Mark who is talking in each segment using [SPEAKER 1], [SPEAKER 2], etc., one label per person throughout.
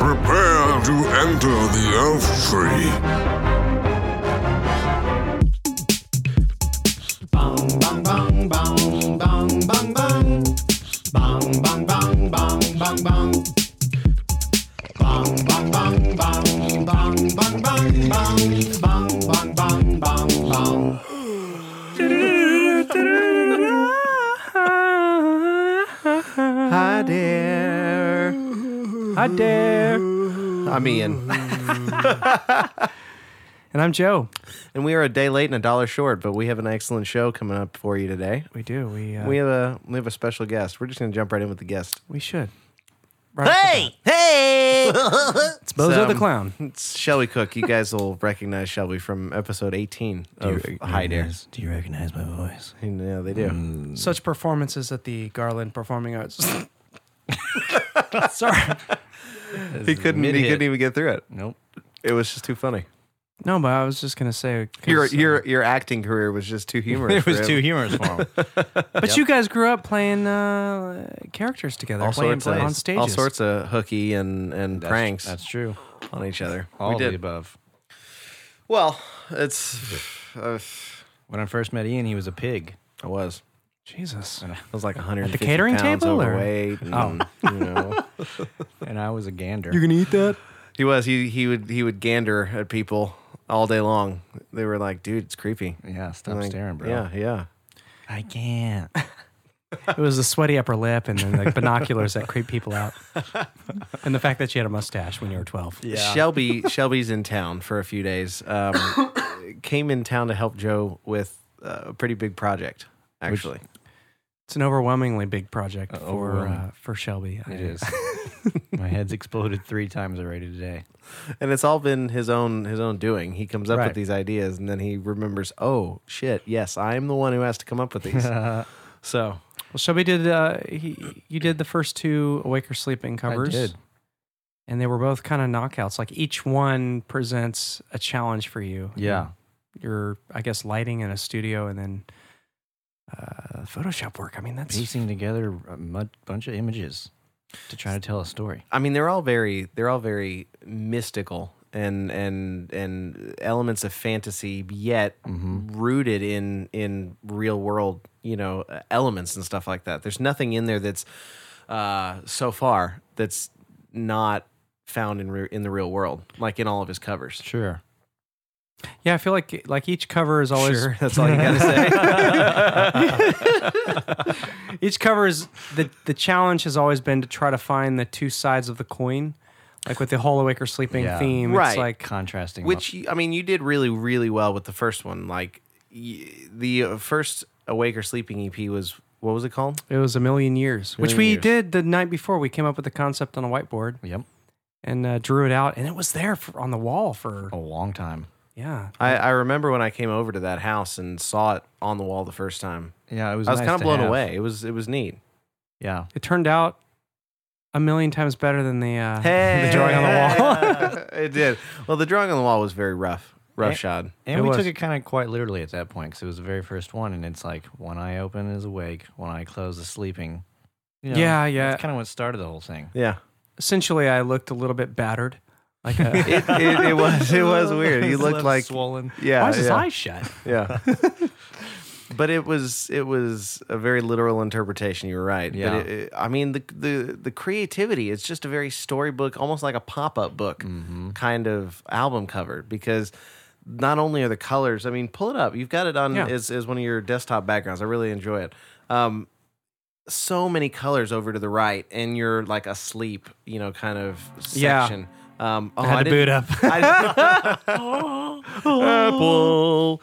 [SPEAKER 1] Prepare to enter the Elf Tree.
[SPEAKER 2] Hi there. Hi there. I'm Ian.
[SPEAKER 3] And I'm Joe.
[SPEAKER 2] And we are a day late and a dollar short, but we have an excellent show coming up for you today.
[SPEAKER 3] We do. We uh,
[SPEAKER 2] We
[SPEAKER 3] we,
[SPEAKER 2] have a we have a special guest. We're just gonna jump right in with the guest.
[SPEAKER 3] should. hey, hey! it's Bozo
[SPEAKER 2] So,
[SPEAKER 3] the clown.
[SPEAKER 2] um, It's Shelby Cook. You guys will recognize Shelby from episode 18 of Hi Dare.
[SPEAKER 4] Do you recognize my voice? Mm.
[SPEAKER 2] Yeah, they do.
[SPEAKER 3] Such performances at the Garland Performing Arts. Sorry.
[SPEAKER 2] He couldn't. He
[SPEAKER 4] mid-hit.
[SPEAKER 2] couldn't even get through it.
[SPEAKER 4] Nope.
[SPEAKER 2] It was just too funny.
[SPEAKER 3] No, but I was just gonna say. 'cause,
[SPEAKER 2] Your
[SPEAKER 3] uh,
[SPEAKER 2] your your acting career was just too humorous.
[SPEAKER 4] It was
[SPEAKER 2] for him.
[SPEAKER 4] too humorous for him.
[SPEAKER 3] but you guys grew up playing uh, characters together,
[SPEAKER 4] All
[SPEAKER 3] playing
[SPEAKER 4] sorts of-
[SPEAKER 3] on stages,
[SPEAKER 2] All sorts of hooky and and pranks
[SPEAKER 4] That's true.
[SPEAKER 2] on each other.
[SPEAKER 4] All
[SPEAKER 2] we
[SPEAKER 4] of the
[SPEAKER 2] did.
[SPEAKER 4] above.
[SPEAKER 2] Well, it's. Uh,
[SPEAKER 4] When I first met Ian, he was a pig.
[SPEAKER 2] I was.
[SPEAKER 3] Jesus.
[SPEAKER 2] I was like 150
[SPEAKER 3] catering
[SPEAKER 2] pounds
[SPEAKER 3] table, or- Oh.
[SPEAKER 2] overweight. And, you know.
[SPEAKER 4] And I was a gander.
[SPEAKER 3] gonna eat that?
[SPEAKER 2] He was. He he would he would gander at people all day long. They were like, "Dude, it's creepy."
[SPEAKER 4] yeah, stop
[SPEAKER 2] Like,
[SPEAKER 4] staring, bro.
[SPEAKER 2] Yeah, yeah.
[SPEAKER 4] I can't.
[SPEAKER 3] It was the sweaty upper lip and then the binoculars that creep people out, and the fact that you had a mustache when you were twelve.
[SPEAKER 2] Shelby Shelby's in town for a few days. Um, came in town to help Joe with uh, a pretty big project. Actually,
[SPEAKER 3] It's an overwhelmingly big project for
[SPEAKER 4] overwhelming.
[SPEAKER 3] uh, for Shelby.
[SPEAKER 4] It is. my head's exploded three times already today.
[SPEAKER 2] and it's all been his own his own doing. He comes up with
[SPEAKER 4] Right.
[SPEAKER 2] these ideas, and then he remembers, "Oh shit, yes, I'm the one who has to come up with these." so
[SPEAKER 3] Well, Shelby did. Uh, he you did the first two awake or sleeping covers.
[SPEAKER 4] did.
[SPEAKER 3] And they were both kind of knockouts. Like each one presents a challenge for you.
[SPEAKER 4] Yeah.
[SPEAKER 3] Your, I guess, lighting in a studio, and then uh, Photoshop work. I mean, that's
[SPEAKER 4] Piecing together a mu- bunch of images to try to tell a story.
[SPEAKER 2] I mean, they're all very they're all very mystical and and and elements of fantasy, yet
[SPEAKER 4] Mm-hmm.
[SPEAKER 2] rooted in in real world, you know, uh, elements and stuff like that. There's nothing in there that's uh, so far that's not found in re- in the real world, like in all of his covers.
[SPEAKER 4] Sure.
[SPEAKER 3] yeah. I feel like like each cover is always
[SPEAKER 2] Sure, that's all you gotta say.
[SPEAKER 3] each cover is the the challenge has always been to try to find the two sides of the coin. Like with the whole awake or sleeping
[SPEAKER 4] Yeah.
[SPEAKER 3] theme,
[SPEAKER 2] Right.
[SPEAKER 3] it's like
[SPEAKER 4] Contrasting.
[SPEAKER 2] Which you- I mean, you did really really well with the first one. Like y- the uh, first awake or sleeping EP was what was it called?
[SPEAKER 3] It was a million years, which
[SPEAKER 2] Million
[SPEAKER 3] we
[SPEAKER 2] years.
[SPEAKER 3] did the night before. We came up with the concept on a whiteboard
[SPEAKER 4] Yep.
[SPEAKER 3] and uh, drew it out, and it was there for, on the wall for
[SPEAKER 4] A long time.
[SPEAKER 3] yeah.
[SPEAKER 2] I, I remember when I came over to that house and saw it on the wall the first time.
[SPEAKER 4] Yeah, it was.
[SPEAKER 2] I was
[SPEAKER 4] nice
[SPEAKER 2] kind of
[SPEAKER 4] to
[SPEAKER 2] blown
[SPEAKER 4] have.
[SPEAKER 2] away. It was it was neat.
[SPEAKER 4] Yeah.
[SPEAKER 3] It turned out a million times better than the uh,
[SPEAKER 2] Hey,
[SPEAKER 3] the drawing on the wall.
[SPEAKER 2] it did. Well, the drawing on the wall was very rough, roughshod.
[SPEAKER 4] And
[SPEAKER 3] It
[SPEAKER 4] we
[SPEAKER 3] was.
[SPEAKER 4] took it kind of quite literally at that point because it was the very first one, and it's like one eye open is awake, one eye closed is sleeping. You
[SPEAKER 3] Yeah, yeah.
[SPEAKER 4] That's kind of what started the whole thing.
[SPEAKER 2] Yeah,
[SPEAKER 3] Essentially, I looked a little bit battered. Like, uh,
[SPEAKER 2] it, it, it was it was weird. You looked like
[SPEAKER 4] swollen.
[SPEAKER 2] yeah,
[SPEAKER 3] why is his
[SPEAKER 2] yeah,
[SPEAKER 3] eyes shut?
[SPEAKER 2] yeah. But it was it was a very literal interpretation. You were right.
[SPEAKER 4] Yeah.
[SPEAKER 2] But it, it- I mean the the the creativity. It's just a very storybook, almost like a pop up book
[SPEAKER 3] Mm-hmm.
[SPEAKER 2] kind of album cover because not only are the colors. I mean, pull it up. You've got it on
[SPEAKER 3] Yeah.
[SPEAKER 2] as as one of your desktop backgrounds. I really enjoy it. Um, so many colors over to the right, and you're like asleep. You know, kind of
[SPEAKER 3] Yeah.
[SPEAKER 2] section. Um, oh,
[SPEAKER 3] I had to
[SPEAKER 2] didn't-
[SPEAKER 3] boot up.
[SPEAKER 2] Apple.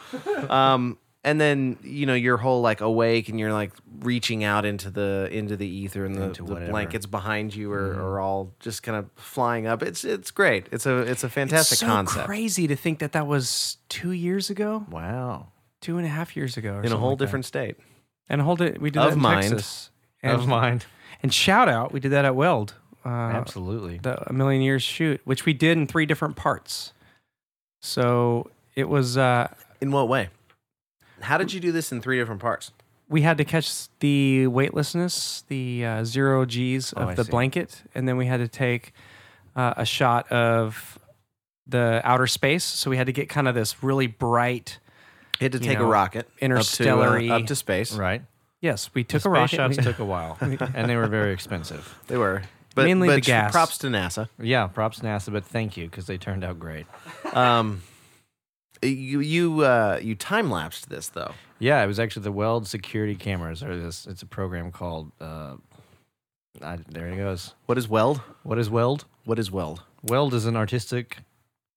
[SPEAKER 2] Um, and then you know your whole like awake, and you're like reaching out into the into the ether, and the,
[SPEAKER 4] Into
[SPEAKER 2] the
[SPEAKER 4] whatever.
[SPEAKER 2] blankets behind you are, are all just kind of flying up. It's it's great. It's a it's a fantastic
[SPEAKER 3] so
[SPEAKER 2] concept
[SPEAKER 3] crazy to think that that was two years ago,
[SPEAKER 4] Wow.
[SPEAKER 3] two and a half years ago, or
[SPEAKER 2] in a
[SPEAKER 3] something
[SPEAKER 2] whole
[SPEAKER 3] like that.
[SPEAKER 2] different state.
[SPEAKER 3] and hold it. We did
[SPEAKER 2] Of
[SPEAKER 3] that in
[SPEAKER 2] mind.
[SPEAKER 3] Texas. And,
[SPEAKER 4] mind.
[SPEAKER 3] and shout out, we did that at Weld. Uh,
[SPEAKER 4] Absolutely.
[SPEAKER 3] the a million years shoot, which we did in three different parts. So it was uh,
[SPEAKER 2] In what way? How did you do this in three different parts?
[SPEAKER 3] we had to catch the weightlessness, the uh, zero G's of
[SPEAKER 4] Oh, I
[SPEAKER 3] the
[SPEAKER 4] see.
[SPEAKER 3] blanket, and then we had to take uh, a shot of the outer space. So we had to get kind of this really bright.
[SPEAKER 2] He had to
[SPEAKER 3] you
[SPEAKER 2] take
[SPEAKER 3] know,
[SPEAKER 2] a rocket
[SPEAKER 3] interstellary-
[SPEAKER 2] up to, uh, up to space.
[SPEAKER 4] Right.
[SPEAKER 3] Yes, we took
[SPEAKER 4] The
[SPEAKER 3] a
[SPEAKER 4] space
[SPEAKER 3] rocket.
[SPEAKER 4] shots
[SPEAKER 3] We-
[SPEAKER 4] took a while, and they were very expensive.
[SPEAKER 2] They were. But,
[SPEAKER 3] Mainly
[SPEAKER 2] but
[SPEAKER 3] the gas.
[SPEAKER 2] Props to NASA.
[SPEAKER 4] Yeah, props to NASA, but thank you because they turned out great.
[SPEAKER 2] Um, you you uh, you time lapsed this though.
[SPEAKER 4] Yeah, it was actually the Weld security cameras, or this. It's a program called. Uh, I, there he goes.
[SPEAKER 2] What is weld?
[SPEAKER 4] What is Weld?
[SPEAKER 2] What is weld?
[SPEAKER 4] Weld is an artistic,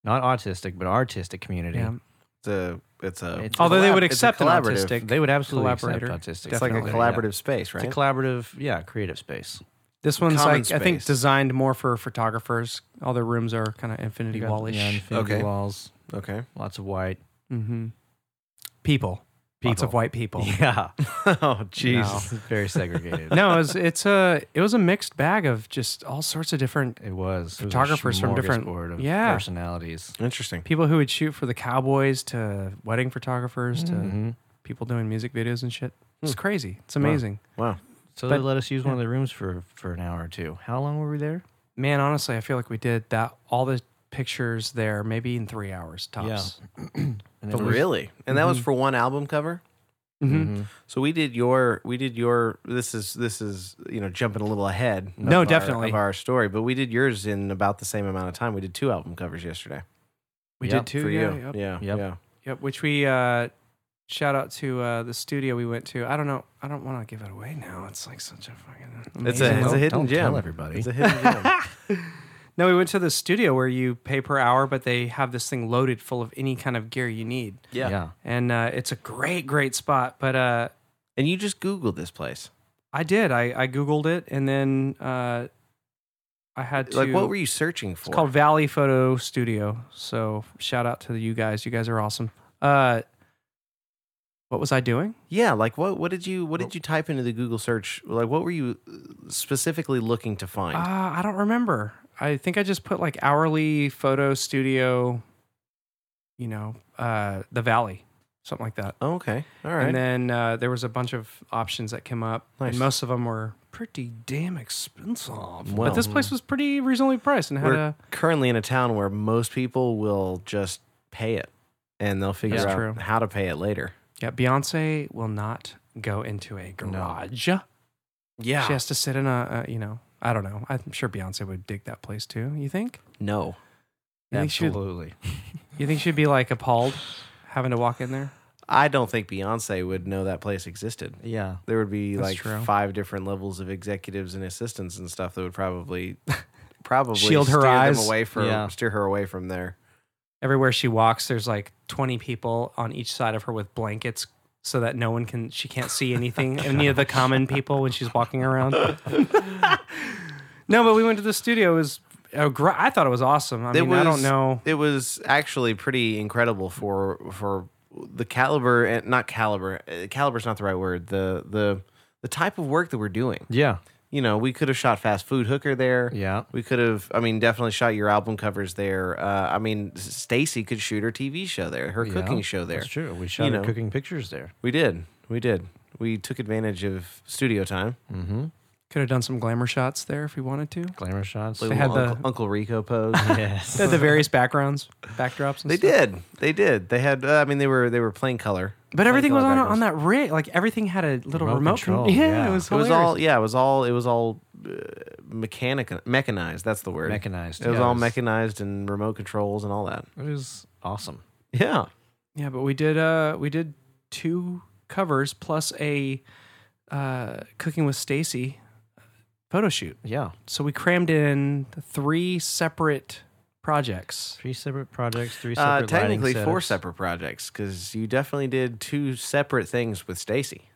[SPEAKER 4] not autistic, but artistic community.
[SPEAKER 3] yeah.
[SPEAKER 2] It's a it's a
[SPEAKER 4] It's-
[SPEAKER 3] Although they
[SPEAKER 2] collab-
[SPEAKER 3] would
[SPEAKER 2] it's a
[SPEAKER 3] accept an
[SPEAKER 2] collaborative.
[SPEAKER 3] autistic.
[SPEAKER 4] They would absolutely accept
[SPEAKER 3] Collaborator.
[SPEAKER 4] autistic.
[SPEAKER 2] It's like a
[SPEAKER 3] Definitely,
[SPEAKER 2] collaborative space, right?
[SPEAKER 4] It's a collaborative, yeah, creative space.
[SPEAKER 3] This one's
[SPEAKER 2] Common
[SPEAKER 3] like I think
[SPEAKER 2] space.
[SPEAKER 3] designed more for photographers. All their rooms are kind of infinity
[SPEAKER 4] You got, um,
[SPEAKER 3] wallish.
[SPEAKER 4] yeah, infinity
[SPEAKER 2] Okay.
[SPEAKER 4] walls,
[SPEAKER 2] okay.
[SPEAKER 4] lots of white
[SPEAKER 3] mm-hmm. people. lots of
[SPEAKER 4] People.
[SPEAKER 3] white people.
[SPEAKER 4] Yeah,
[SPEAKER 2] oh jeez.
[SPEAKER 4] jeez, very segregated.
[SPEAKER 3] no, it was, it's a it was a mixed bag of just all sorts of different
[SPEAKER 4] it was It was a
[SPEAKER 3] Photographers from different-
[SPEAKER 4] smorgasbord of
[SPEAKER 3] yeah.
[SPEAKER 4] personalities.
[SPEAKER 2] Interesting.
[SPEAKER 3] people who would shoot for the Cowboys to wedding photographers to
[SPEAKER 4] Mhm.
[SPEAKER 3] people doing music videos and shit. It's crazy. It's amazing.
[SPEAKER 2] Mm-hmm. Hmm. Wow.
[SPEAKER 4] So
[SPEAKER 3] But-
[SPEAKER 4] they let us use one of the rooms for for an hour or two. How long were we there?
[SPEAKER 3] Man, honestly, I feel like we did that all the pictures there maybe in three hours tops.
[SPEAKER 4] And
[SPEAKER 2] But
[SPEAKER 4] it was-
[SPEAKER 2] really, and that was
[SPEAKER 3] Mm-hmm.
[SPEAKER 2] for one album cover.
[SPEAKER 3] Mhm.
[SPEAKER 4] Mhm.
[SPEAKER 2] So we did your we did your this is this is you know jumping a little ahead.
[SPEAKER 3] No,
[SPEAKER 2] of our-
[SPEAKER 3] definitely.
[SPEAKER 2] of our story, but we did yours in about the same amount of time. We did two album covers yesterday
[SPEAKER 3] We
[SPEAKER 4] Yep,
[SPEAKER 3] did two.
[SPEAKER 2] for
[SPEAKER 3] yeah,
[SPEAKER 2] you.
[SPEAKER 3] yep.
[SPEAKER 2] Yeah,
[SPEAKER 4] Yep.
[SPEAKER 2] yeah.
[SPEAKER 3] Yep, which we uh, shout out to uh, the studio we went to. I don't know. I don't want to give it away now. It's like such a fucking.
[SPEAKER 2] It's a
[SPEAKER 3] amazing-
[SPEAKER 2] it's a
[SPEAKER 4] Don't-
[SPEAKER 2] hidden
[SPEAKER 4] don't
[SPEAKER 2] gem.
[SPEAKER 4] tell everybody.
[SPEAKER 2] It's a hidden gem.
[SPEAKER 3] no, we went to the studio where you pay per hour, but they have this thing loaded full of any kind of gear you need,
[SPEAKER 2] yeah.
[SPEAKER 4] yeah.
[SPEAKER 3] and uh, it's a great, great spot. But uh,
[SPEAKER 2] And you just Googled this place.
[SPEAKER 3] I did. I, I googled it, and then uh, I had to.
[SPEAKER 2] Like, what were you searching for?
[SPEAKER 3] It's called Valley Photo Studio. So shout out to you guys. You guys are awesome. Uh, what was I doing?
[SPEAKER 2] yeah. Like, what what did you what did you type into the Google search? Like, what were you uh, specifically looking to find?
[SPEAKER 3] Uh, I don't remember. I think I just put like hourly photo studio, you know, uh, the valley, something like that.
[SPEAKER 2] oh, okay. All right.
[SPEAKER 3] And then uh, there was a bunch of options that came up,
[SPEAKER 2] Nice.
[SPEAKER 3] and most of them were pretty damn expensive.
[SPEAKER 2] Well,
[SPEAKER 3] but this place was pretty reasonably priced and had
[SPEAKER 2] We're
[SPEAKER 3] a
[SPEAKER 2] currently in a town where most people will just pay it, and they'll figure
[SPEAKER 3] That's
[SPEAKER 2] out
[SPEAKER 3] true.
[SPEAKER 2] how to pay it later.
[SPEAKER 3] yeah. Beyonce will not go into a garage.
[SPEAKER 2] Yeah.
[SPEAKER 3] She has to sit in a, a you know, I don't know. I'm sure Beyonce would dig that place too. You think?
[SPEAKER 2] no.
[SPEAKER 3] You think she'd,
[SPEAKER 4] Absolutely.
[SPEAKER 3] you think she'd be like appalled having to walk in there?
[SPEAKER 2] I don't think Beyonce would know that place existed.
[SPEAKER 4] Yeah.
[SPEAKER 2] There would be
[SPEAKER 3] That's
[SPEAKER 2] like
[SPEAKER 3] true.
[SPEAKER 2] five different levels of executives and assistants and stuff that would probably probably
[SPEAKER 3] Shield her
[SPEAKER 2] steer
[SPEAKER 3] eyes.
[SPEAKER 2] them away from
[SPEAKER 4] Yeah.
[SPEAKER 2] steer her away from there.
[SPEAKER 3] everywhere she walks there's like 20 people on each side of her with blankets so that no one can she can't see anything any of the common people when she's walking around no but we went to the studio it was a gr- i thought it was awesome i mean i don't know
[SPEAKER 2] It was actually pretty incredible for for the caliber and not caliber. uh, Caliber's not the right word. The the the type of work that we're doing.
[SPEAKER 4] Yeah.
[SPEAKER 2] You know, we could have shot fast food hooker there.
[SPEAKER 4] Yeah.
[SPEAKER 2] We could have, I mean, definitely shot your album covers there. Uh, I mean, Stacy could shoot her TV show there, her cooking show there.
[SPEAKER 4] That's true. We shot
[SPEAKER 2] You
[SPEAKER 4] our
[SPEAKER 2] know.
[SPEAKER 4] cooking pictures there.
[SPEAKER 2] We did. We did. We took advantage of studio time.
[SPEAKER 4] Mm-hmm.
[SPEAKER 3] could have done some glamour shots there if we wanted to
[SPEAKER 4] Glamour shots.
[SPEAKER 2] They
[SPEAKER 3] had the-
[SPEAKER 2] Uncle, Uncle Rico pose.
[SPEAKER 4] yes.
[SPEAKER 3] They had the various backgrounds backdrops and
[SPEAKER 2] they
[SPEAKER 3] stuff.
[SPEAKER 2] did. They did. They had. Uh, I mean, they were they were plain color.
[SPEAKER 3] but everything was
[SPEAKER 2] color
[SPEAKER 3] on
[SPEAKER 2] backgrounds.
[SPEAKER 3] on that rig like everything had a little
[SPEAKER 4] Remote
[SPEAKER 3] remote,
[SPEAKER 4] control,
[SPEAKER 3] con- yeah,
[SPEAKER 4] yeah.
[SPEAKER 3] it was
[SPEAKER 2] It was
[SPEAKER 3] hilarious.
[SPEAKER 2] all. Yeah. It was all. It was all uh, mechanic mechanized. That's the word.
[SPEAKER 4] Mechanized,
[SPEAKER 2] It was
[SPEAKER 4] yeah.
[SPEAKER 2] all mechanized and remote controls and all that.
[SPEAKER 4] It was awesome.
[SPEAKER 2] Yeah.
[SPEAKER 3] Yeah, but we did uh we did two covers plus a uh cooking with Stacy uh, photo shoot.
[SPEAKER 4] Yeah.
[SPEAKER 3] So we crammed in three separate projects.
[SPEAKER 4] Three separate projects, three separate
[SPEAKER 2] Uh,
[SPEAKER 4] lighting
[SPEAKER 2] technically, four
[SPEAKER 4] setups.
[SPEAKER 2] separate projects because you definitely did two separate things with Stacy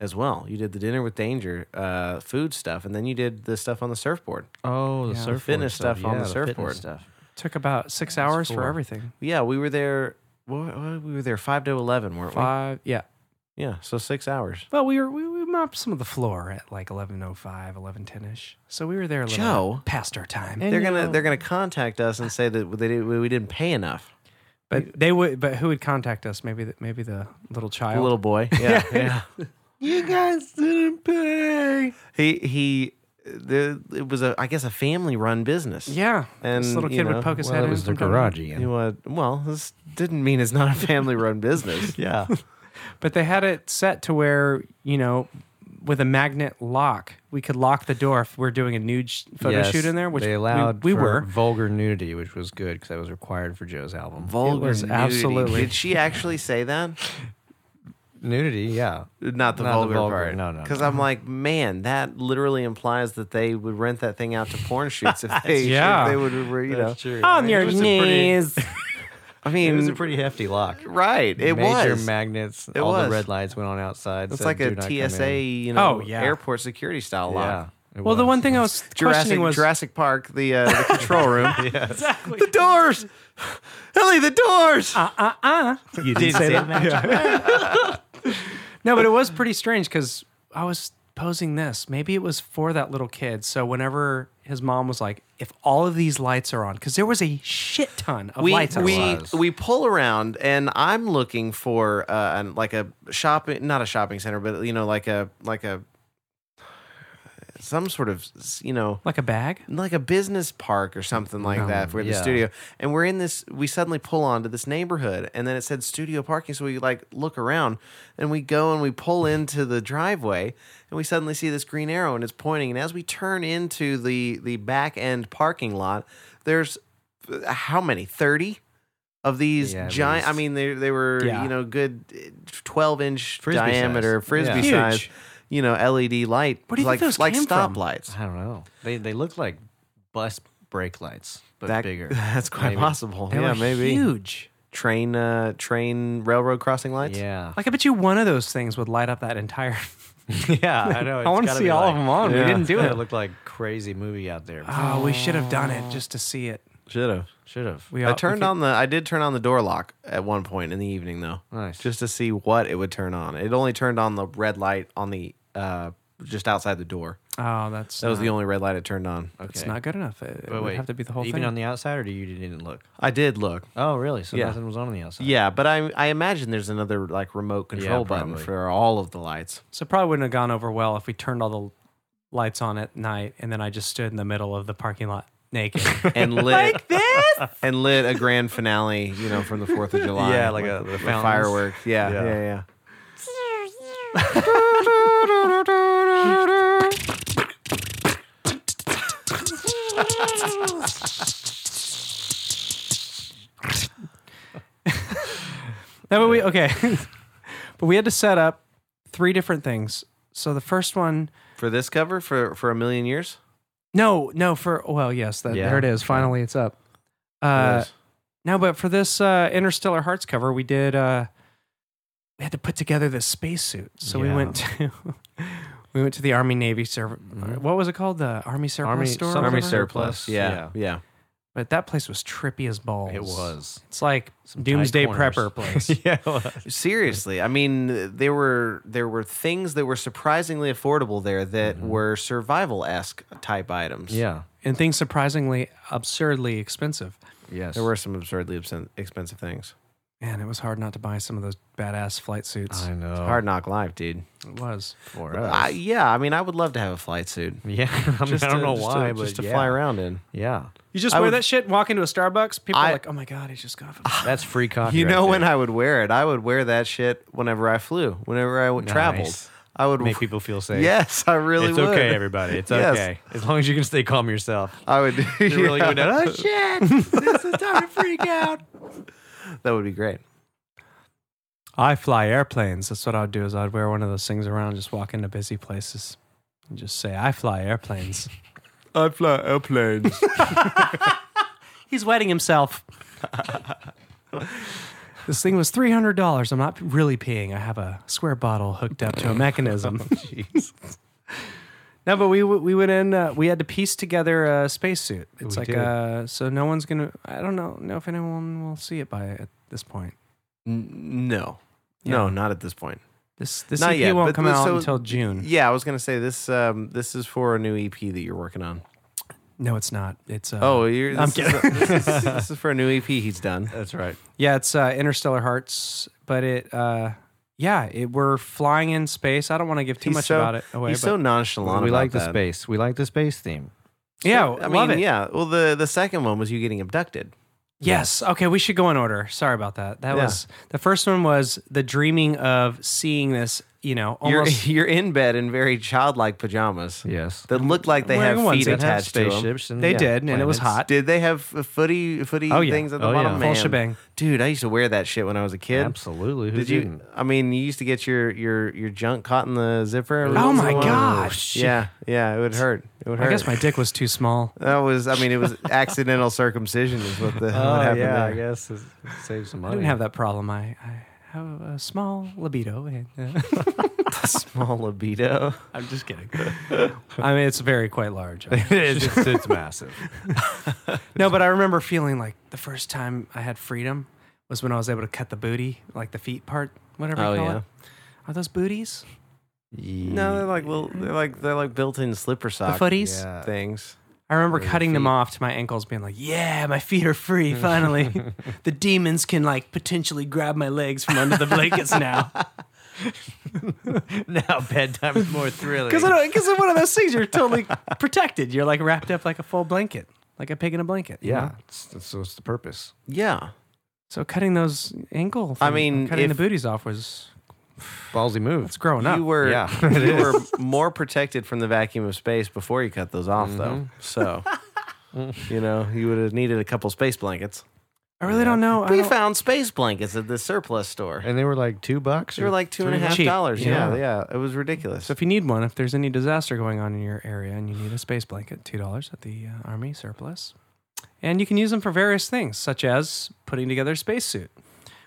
[SPEAKER 2] as well. You did the dinner with Danger, uh, food stuff, and then you did the stuff on the surfboard.
[SPEAKER 4] Oh, the
[SPEAKER 3] Yeah.
[SPEAKER 4] surfboard
[SPEAKER 2] Fitness stuff on the
[SPEAKER 4] fitness
[SPEAKER 2] surfboard.
[SPEAKER 4] stuff.
[SPEAKER 3] Took about six
[SPEAKER 4] That's
[SPEAKER 3] hours for
[SPEAKER 4] four.
[SPEAKER 3] everything.
[SPEAKER 2] Yeah, we were there. What, what, we were there five to eleven, weren't
[SPEAKER 3] Five yeah.
[SPEAKER 2] we? Yeah, so six hours.
[SPEAKER 3] Well, we were we, we mopped some of the floor at like 11:05, 11:10 ish. So we were there a little
[SPEAKER 2] Joe.
[SPEAKER 3] past our time.
[SPEAKER 2] They're gonna they're gonna contact us and say that they did, we didn't pay enough.
[SPEAKER 3] but they would but who would contact us? Maybe the, maybe the little child.
[SPEAKER 2] The little boy, yeah, yeah. you guys didn't pay. He he there it was a I guess a family run business.
[SPEAKER 3] Yeah,
[SPEAKER 2] And,
[SPEAKER 3] this little
[SPEAKER 2] you
[SPEAKER 3] kid
[SPEAKER 2] know,
[SPEAKER 3] would poke his
[SPEAKER 4] Well,
[SPEAKER 3] head.
[SPEAKER 4] it
[SPEAKER 3] in
[SPEAKER 4] was the
[SPEAKER 3] from time to
[SPEAKER 4] garage
[SPEAKER 3] time.
[SPEAKER 2] You know what? Well, this didn't mean it's not a family run business.
[SPEAKER 4] Yeah.
[SPEAKER 3] But they had it set to where you know, with a magnet lock, we could lock the door if we're doing a nude sh- photo
[SPEAKER 4] Yes,
[SPEAKER 3] shoot in there, which
[SPEAKER 4] they allowed.
[SPEAKER 3] we, we
[SPEAKER 4] for
[SPEAKER 3] were.
[SPEAKER 4] vulgar nudity, which was good because that was required for Joe's album.
[SPEAKER 2] Vulgar.
[SPEAKER 3] was
[SPEAKER 2] nudity.
[SPEAKER 3] absolutely-
[SPEAKER 2] Did she actually say that?
[SPEAKER 4] nudity, yeah.
[SPEAKER 2] Not the
[SPEAKER 4] Not the
[SPEAKER 2] vulgar,
[SPEAKER 4] vulgar,
[SPEAKER 2] part.
[SPEAKER 4] no, no,
[SPEAKER 2] Because
[SPEAKER 4] no.
[SPEAKER 2] I'm like, man, that literally implies that they would rent that thing out to porn shoots if they,
[SPEAKER 3] Yeah.
[SPEAKER 2] if they would, you know.
[SPEAKER 3] On your
[SPEAKER 4] It was a pretty-
[SPEAKER 3] knees.
[SPEAKER 2] I
[SPEAKER 4] It
[SPEAKER 2] mean,
[SPEAKER 4] was a pretty hefty lock.
[SPEAKER 2] right? It
[SPEAKER 4] Major
[SPEAKER 2] was.
[SPEAKER 4] magnets.
[SPEAKER 2] It
[SPEAKER 4] all
[SPEAKER 2] was.
[SPEAKER 4] the red lights went on outside.
[SPEAKER 2] it's
[SPEAKER 4] said,
[SPEAKER 2] like
[SPEAKER 4] "Do
[SPEAKER 2] a
[SPEAKER 4] not come in."
[SPEAKER 2] TSA, you know,
[SPEAKER 3] Oh, yeah.
[SPEAKER 2] airport security style
[SPEAKER 4] Yeah.
[SPEAKER 2] lock.
[SPEAKER 4] it
[SPEAKER 3] well, the
[SPEAKER 4] was.
[SPEAKER 3] one thing I was
[SPEAKER 2] Jurassic
[SPEAKER 3] questioning was
[SPEAKER 2] Jurassic Park, the uh, the control room.
[SPEAKER 3] exactly.
[SPEAKER 2] The doors, Ellie, the doors.
[SPEAKER 4] You did say that.
[SPEAKER 3] No, but it was pretty strange because I was posing this. Maybe it was for that little kid. So whenever his mom was like, "If all of these lights are on," because there was a shit ton of
[SPEAKER 2] we
[SPEAKER 3] lights.
[SPEAKER 2] we
[SPEAKER 3] outside.
[SPEAKER 4] was.
[SPEAKER 2] we pull around and I'm looking for uh, an- like a shopping not a shopping center but you know like a like a some sort of you know
[SPEAKER 3] like a bag.
[SPEAKER 2] like a business park or something like
[SPEAKER 3] Um,
[SPEAKER 2] that where the
[SPEAKER 4] yeah.
[SPEAKER 2] studio and we're in this we suddenly pull onto this neighborhood and then it said studio parking so we like look around and we go and we pull into the driveway and we suddenly see this green arrow and it's pointing and as we turn into the the back end parking lot there's uh, how many 30 of these
[SPEAKER 4] Yeah, at
[SPEAKER 2] giant i
[SPEAKER 4] least.
[SPEAKER 2] mean they they were
[SPEAKER 3] Yeah.
[SPEAKER 2] you know good uh, 12 inch
[SPEAKER 4] Frisbee size.
[SPEAKER 2] diameter frisbee
[SPEAKER 4] Yeah.
[SPEAKER 2] size
[SPEAKER 3] Huge.
[SPEAKER 2] you know led light
[SPEAKER 3] Where do you think
[SPEAKER 2] like
[SPEAKER 3] those
[SPEAKER 2] like
[SPEAKER 3] came from?
[SPEAKER 2] stoplights
[SPEAKER 4] I don't know. They they look like bus brake lights, but
[SPEAKER 2] That-
[SPEAKER 4] bigger.
[SPEAKER 2] That's quite
[SPEAKER 4] Maybe.
[SPEAKER 2] possible.
[SPEAKER 3] They
[SPEAKER 2] yeah,
[SPEAKER 3] were
[SPEAKER 2] maybe
[SPEAKER 3] huge.
[SPEAKER 2] train, uh, train, railroad crossing lights.
[SPEAKER 4] Yeah.
[SPEAKER 3] Like I bet you one of those things would light up that entire.
[SPEAKER 4] yeah, I know.
[SPEAKER 3] I want to see all of them on.
[SPEAKER 2] Yeah.
[SPEAKER 3] We didn't do
[SPEAKER 4] It
[SPEAKER 3] it.
[SPEAKER 4] looked like crazy movie out there.
[SPEAKER 3] Oh, we should have done it just to see it.
[SPEAKER 2] should have.
[SPEAKER 4] Should have.
[SPEAKER 3] We
[SPEAKER 2] I
[SPEAKER 3] all-
[SPEAKER 2] turned
[SPEAKER 3] we could-
[SPEAKER 2] on the. I did turn on the door lock at one point in the evening though,
[SPEAKER 4] Nice.
[SPEAKER 2] just to see what it would turn on. It only turned on the red light on the uh, just outside the door.
[SPEAKER 3] Oh, that's
[SPEAKER 2] That was
[SPEAKER 4] Ah.
[SPEAKER 3] not-
[SPEAKER 2] the only red light it turned on.
[SPEAKER 3] It's not good enough. It, it would have to be the whole
[SPEAKER 4] even
[SPEAKER 3] thing.
[SPEAKER 4] on the outside, or do you didn't look?
[SPEAKER 2] I did look.
[SPEAKER 4] Oh, really? So
[SPEAKER 2] Yeah.
[SPEAKER 4] nothing was on the outside.
[SPEAKER 2] Yeah, but I I imagine there's another like remote control button
[SPEAKER 4] probably.
[SPEAKER 2] for all of the lights.
[SPEAKER 3] so it probably wouldn't have gone over well if we turned all the lights on at night and then I just stood in the middle of the parking lot naked.
[SPEAKER 2] And lit like this, and lit a grand finale, you know, from the Fourth of July.
[SPEAKER 4] Yeah, like a- the
[SPEAKER 2] with
[SPEAKER 4] fountains.
[SPEAKER 2] fireworks. yeah,
[SPEAKER 4] Yeah.
[SPEAKER 2] yeah. yeah.
[SPEAKER 3] No, but we okay. but we had to set up three different things. So the first one,
[SPEAKER 2] For this cover, for for a million years,
[SPEAKER 3] no, no, for well, yes, that,
[SPEAKER 4] Yeah.
[SPEAKER 3] there it is. Finally, it's up. Uh, no, but for this uh, Interstellar Hearts cover, we did. Uh, we had to put together this spacesuit, so we
[SPEAKER 4] Yeah.
[SPEAKER 3] went to we went to the Army Navy server. What was it called? The Mm-hmm. Army Surplus
[SPEAKER 4] Army-
[SPEAKER 3] store. or
[SPEAKER 4] something
[SPEAKER 2] Army
[SPEAKER 3] whatever?
[SPEAKER 2] surplus.
[SPEAKER 4] surplus,
[SPEAKER 2] Yeah, yeah.
[SPEAKER 3] But that place was trippy as balls.
[SPEAKER 4] It was.
[SPEAKER 3] It's like
[SPEAKER 4] Some tight
[SPEAKER 3] Doomsday
[SPEAKER 4] corners.
[SPEAKER 3] Prepper place.
[SPEAKER 4] yeah. it was.
[SPEAKER 2] Seriously, I mean, there were there were things that were surprisingly affordable there that
[SPEAKER 4] Mm-hmm.
[SPEAKER 2] were survival esque type items.
[SPEAKER 4] Yeah.
[SPEAKER 3] and things surprisingly absurdly expensive.
[SPEAKER 4] Yes.
[SPEAKER 2] there were some absurdly obsen- expensive things.
[SPEAKER 3] Man, it was hard not to buy some of those badass flight suits.
[SPEAKER 4] I know.
[SPEAKER 2] Hard knock life, dude.
[SPEAKER 3] It was.
[SPEAKER 4] for us.
[SPEAKER 2] I, yeah, I mean, I would love to have a flight suit.
[SPEAKER 4] yeah. I, mean,
[SPEAKER 2] Just
[SPEAKER 4] I don't
[SPEAKER 2] to-
[SPEAKER 4] know
[SPEAKER 2] just
[SPEAKER 4] why,
[SPEAKER 2] to,
[SPEAKER 4] but
[SPEAKER 2] just to
[SPEAKER 4] yeah.
[SPEAKER 2] fly around in.
[SPEAKER 4] Yeah.
[SPEAKER 3] You just
[SPEAKER 2] I
[SPEAKER 3] wear
[SPEAKER 2] would-
[SPEAKER 3] that shit and walk into a Starbucks. People
[SPEAKER 2] I-
[SPEAKER 3] are like, oh my God, he's just gone. From-
[SPEAKER 4] That's free coffee.
[SPEAKER 2] You
[SPEAKER 4] right
[SPEAKER 2] know when
[SPEAKER 4] there.
[SPEAKER 2] I would wear it? I would wear that shit whenever I flew, whenever I w- traveled.
[SPEAKER 4] Nice.
[SPEAKER 2] I would
[SPEAKER 4] make people feel safe.
[SPEAKER 2] Yes, I really
[SPEAKER 4] It's
[SPEAKER 2] would.
[SPEAKER 4] okay, everybody. It's
[SPEAKER 2] Yes.
[SPEAKER 4] okay. As long as you can stay calm yourself.
[SPEAKER 2] I would.
[SPEAKER 4] You're really
[SPEAKER 2] yeah.
[SPEAKER 4] going down. Oh shit! this is time to freak out.
[SPEAKER 2] That would be great.
[SPEAKER 3] I fly airplanes. That's what I'd do is I'd wear one of those things around, just walk into busy places and just say, I fly airplanes.
[SPEAKER 2] I fly airplanes.
[SPEAKER 3] he's wetting himself. this thing was $300. I'm not really peeing. I have a square bottle hooked up to a mechanism.
[SPEAKER 2] Oh,
[SPEAKER 4] Jeez.
[SPEAKER 3] No, but we w- we went in. Uh, we had to piece together a spacesuit. It's
[SPEAKER 4] We
[SPEAKER 3] like
[SPEAKER 4] did.
[SPEAKER 3] uh, so no one's gonna. I don't know know if anyone will see it by at this point.
[SPEAKER 2] no, no, not at this point.
[SPEAKER 3] This this
[SPEAKER 2] Not
[SPEAKER 3] EP
[SPEAKER 2] yet,
[SPEAKER 3] won't
[SPEAKER 2] but
[SPEAKER 3] come
[SPEAKER 2] th-
[SPEAKER 3] out
[SPEAKER 2] so-
[SPEAKER 3] until June.
[SPEAKER 2] Yeah, I was gonna say this. Um, this is for a new EP that you're working on.
[SPEAKER 3] No, it's not. It's uh,
[SPEAKER 2] Oh, you're. This
[SPEAKER 3] I'm
[SPEAKER 2] is
[SPEAKER 3] kidding.
[SPEAKER 2] this, is, this is for a new EP E he's done.
[SPEAKER 4] That's right.
[SPEAKER 3] yeah, it's uh, Interstellar Hearts, but it uh, yeah, it, we're flying in space. I don't want to give too
[SPEAKER 4] He's
[SPEAKER 3] much
[SPEAKER 4] so-
[SPEAKER 3] about it away.
[SPEAKER 2] He's
[SPEAKER 3] but,
[SPEAKER 2] so nonchalant.
[SPEAKER 4] we
[SPEAKER 2] about
[SPEAKER 4] like the
[SPEAKER 2] that.
[SPEAKER 4] space. We like the space theme.
[SPEAKER 3] yeah, I
[SPEAKER 2] I mean,
[SPEAKER 3] love it.
[SPEAKER 2] yeah. Well, the the second one was you getting abducted.
[SPEAKER 3] Yes. Okay, we should go in order. Sorry about that. That
[SPEAKER 2] Yeah.
[SPEAKER 3] was the first one was the dreaming of seeing this. You know, almost
[SPEAKER 2] You're you're in bed in very childlike pajamas
[SPEAKER 4] Yes.
[SPEAKER 2] that look like they have
[SPEAKER 3] Wearing ones
[SPEAKER 2] feet
[SPEAKER 3] that have
[SPEAKER 2] attached to them.
[SPEAKER 4] spaceships and
[SPEAKER 3] they
[SPEAKER 4] yeah,
[SPEAKER 3] did, and it was
[SPEAKER 4] planets.
[SPEAKER 3] hot.
[SPEAKER 2] Did they have footy footy
[SPEAKER 3] Oh, yeah.
[SPEAKER 2] things at the
[SPEAKER 4] Oh, yeah.
[SPEAKER 2] bottom?
[SPEAKER 4] Full
[SPEAKER 2] Man.
[SPEAKER 3] shebang.
[SPEAKER 2] Dude, I used to wear that shit when I was a kid.
[SPEAKER 4] Absolutely. Who
[SPEAKER 2] Did
[SPEAKER 4] didn't?
[SPEAKER 2] you? I mean, you used to get your your your junk caught in the zipper. every
[SPEAKER 3] Oh
[SPEAKER 2] once in
[SPEAKER 3] my
[SPEAKER 2] a while.
[SPEAKER 3] gosh.
[SPEAKER 2] Yeah, yeah, it would hurt. It would hurt.
[SPEAKER 3] I guess my dick was too small.
[SPEAKER 2] that was. I mean, it was accidental circumcision is what the
[SPEAKER 3] Oh,
[SPEAKER 2] what Oh, happened there.
[SPEAKER 4] Oh, guess it saves some
[SPEAKER 3] I didn't have that problem. I, I have a small libido. And,
[SPEAKER 2] Small libido.
[SPEAKER 3] I'm just kidding. I mean, it's very quite large.
[SPEAKER 4] it's, it's, it's massive.
[SPEAKER 3] No, but I remember feeling like the first time I had freedom was when I was able to cut the booty, like the feet part, whatever
[SPEAKER 2] Oh,
[SPEAKER 3] you call
[SPEAKER 2] yeah.
[SPEAKER 3] it. Are those booties?
[SPEAKER 2] No, they're like little. They're like they're like built-in slipper sock
[SPEAKER 3] the footies?
[SPEAKER 4] yeah.
[SPEAKER 2] things.
[SPEAKER 3] I remember cutting them off to my ankles, being like, "Yeah, my feet are free finally. the demons can like potentially grab my legs from under the blankets now."
[SPEAKER 4] now bedtime is more thrilling.
[SPEAKER 3] Because because one of those things, you're totally protected. You're like wrapped up like a full blanket, like a pig in a blanket. you
[SPEAKER 4] yeah,
[SPEAKER 3] know?
[SPEAKER 4] it's, it's, so it's the purpose.
[SPEAKER 2] Yeah.
[SPEAKER 3] So cutting those ankle,
[SPEAKER 2] I
[SPEAKER 3] thing-
[SPEAKER 2] mean,
[SPEAKER 3] cutting
[SPEAKER 2] if-
[SPEAKER 3] the booties off was
[SPEAKER 4] Ballsy move.
[SPEAKER 3] it's growing up.
[SPEAKER 2] You were
[SPEAKER 4] Yeah,
[SPEAKER 2] you were more protected from the vacuum of space before you cut those off, though. So, you know, you would have needed a couple space blankets.
[SPEAKER 3] I really don't know. I
[SPEAKER 2] We
[SPEAKER 3] don't-
[SPEAKER 2] found space blankets at the surplus store.
[SPEAKER 4] and they were like two bucks.
[SPEAKER 2] They were like two and a half
[SPEAKER 3] Cheap.
[SPEAKER 2] dollars. Yeah.
[SPEAKER 4] Yeah.
[SPEAKER 2] yeah, It was ridiculous.
[SPEAKER 3] So if you need one, if there's any disaster going on in your area and you need a space blanket, two dollars at the uh, Army surplus, and you can use them for various things, such as putting together a spacesuit,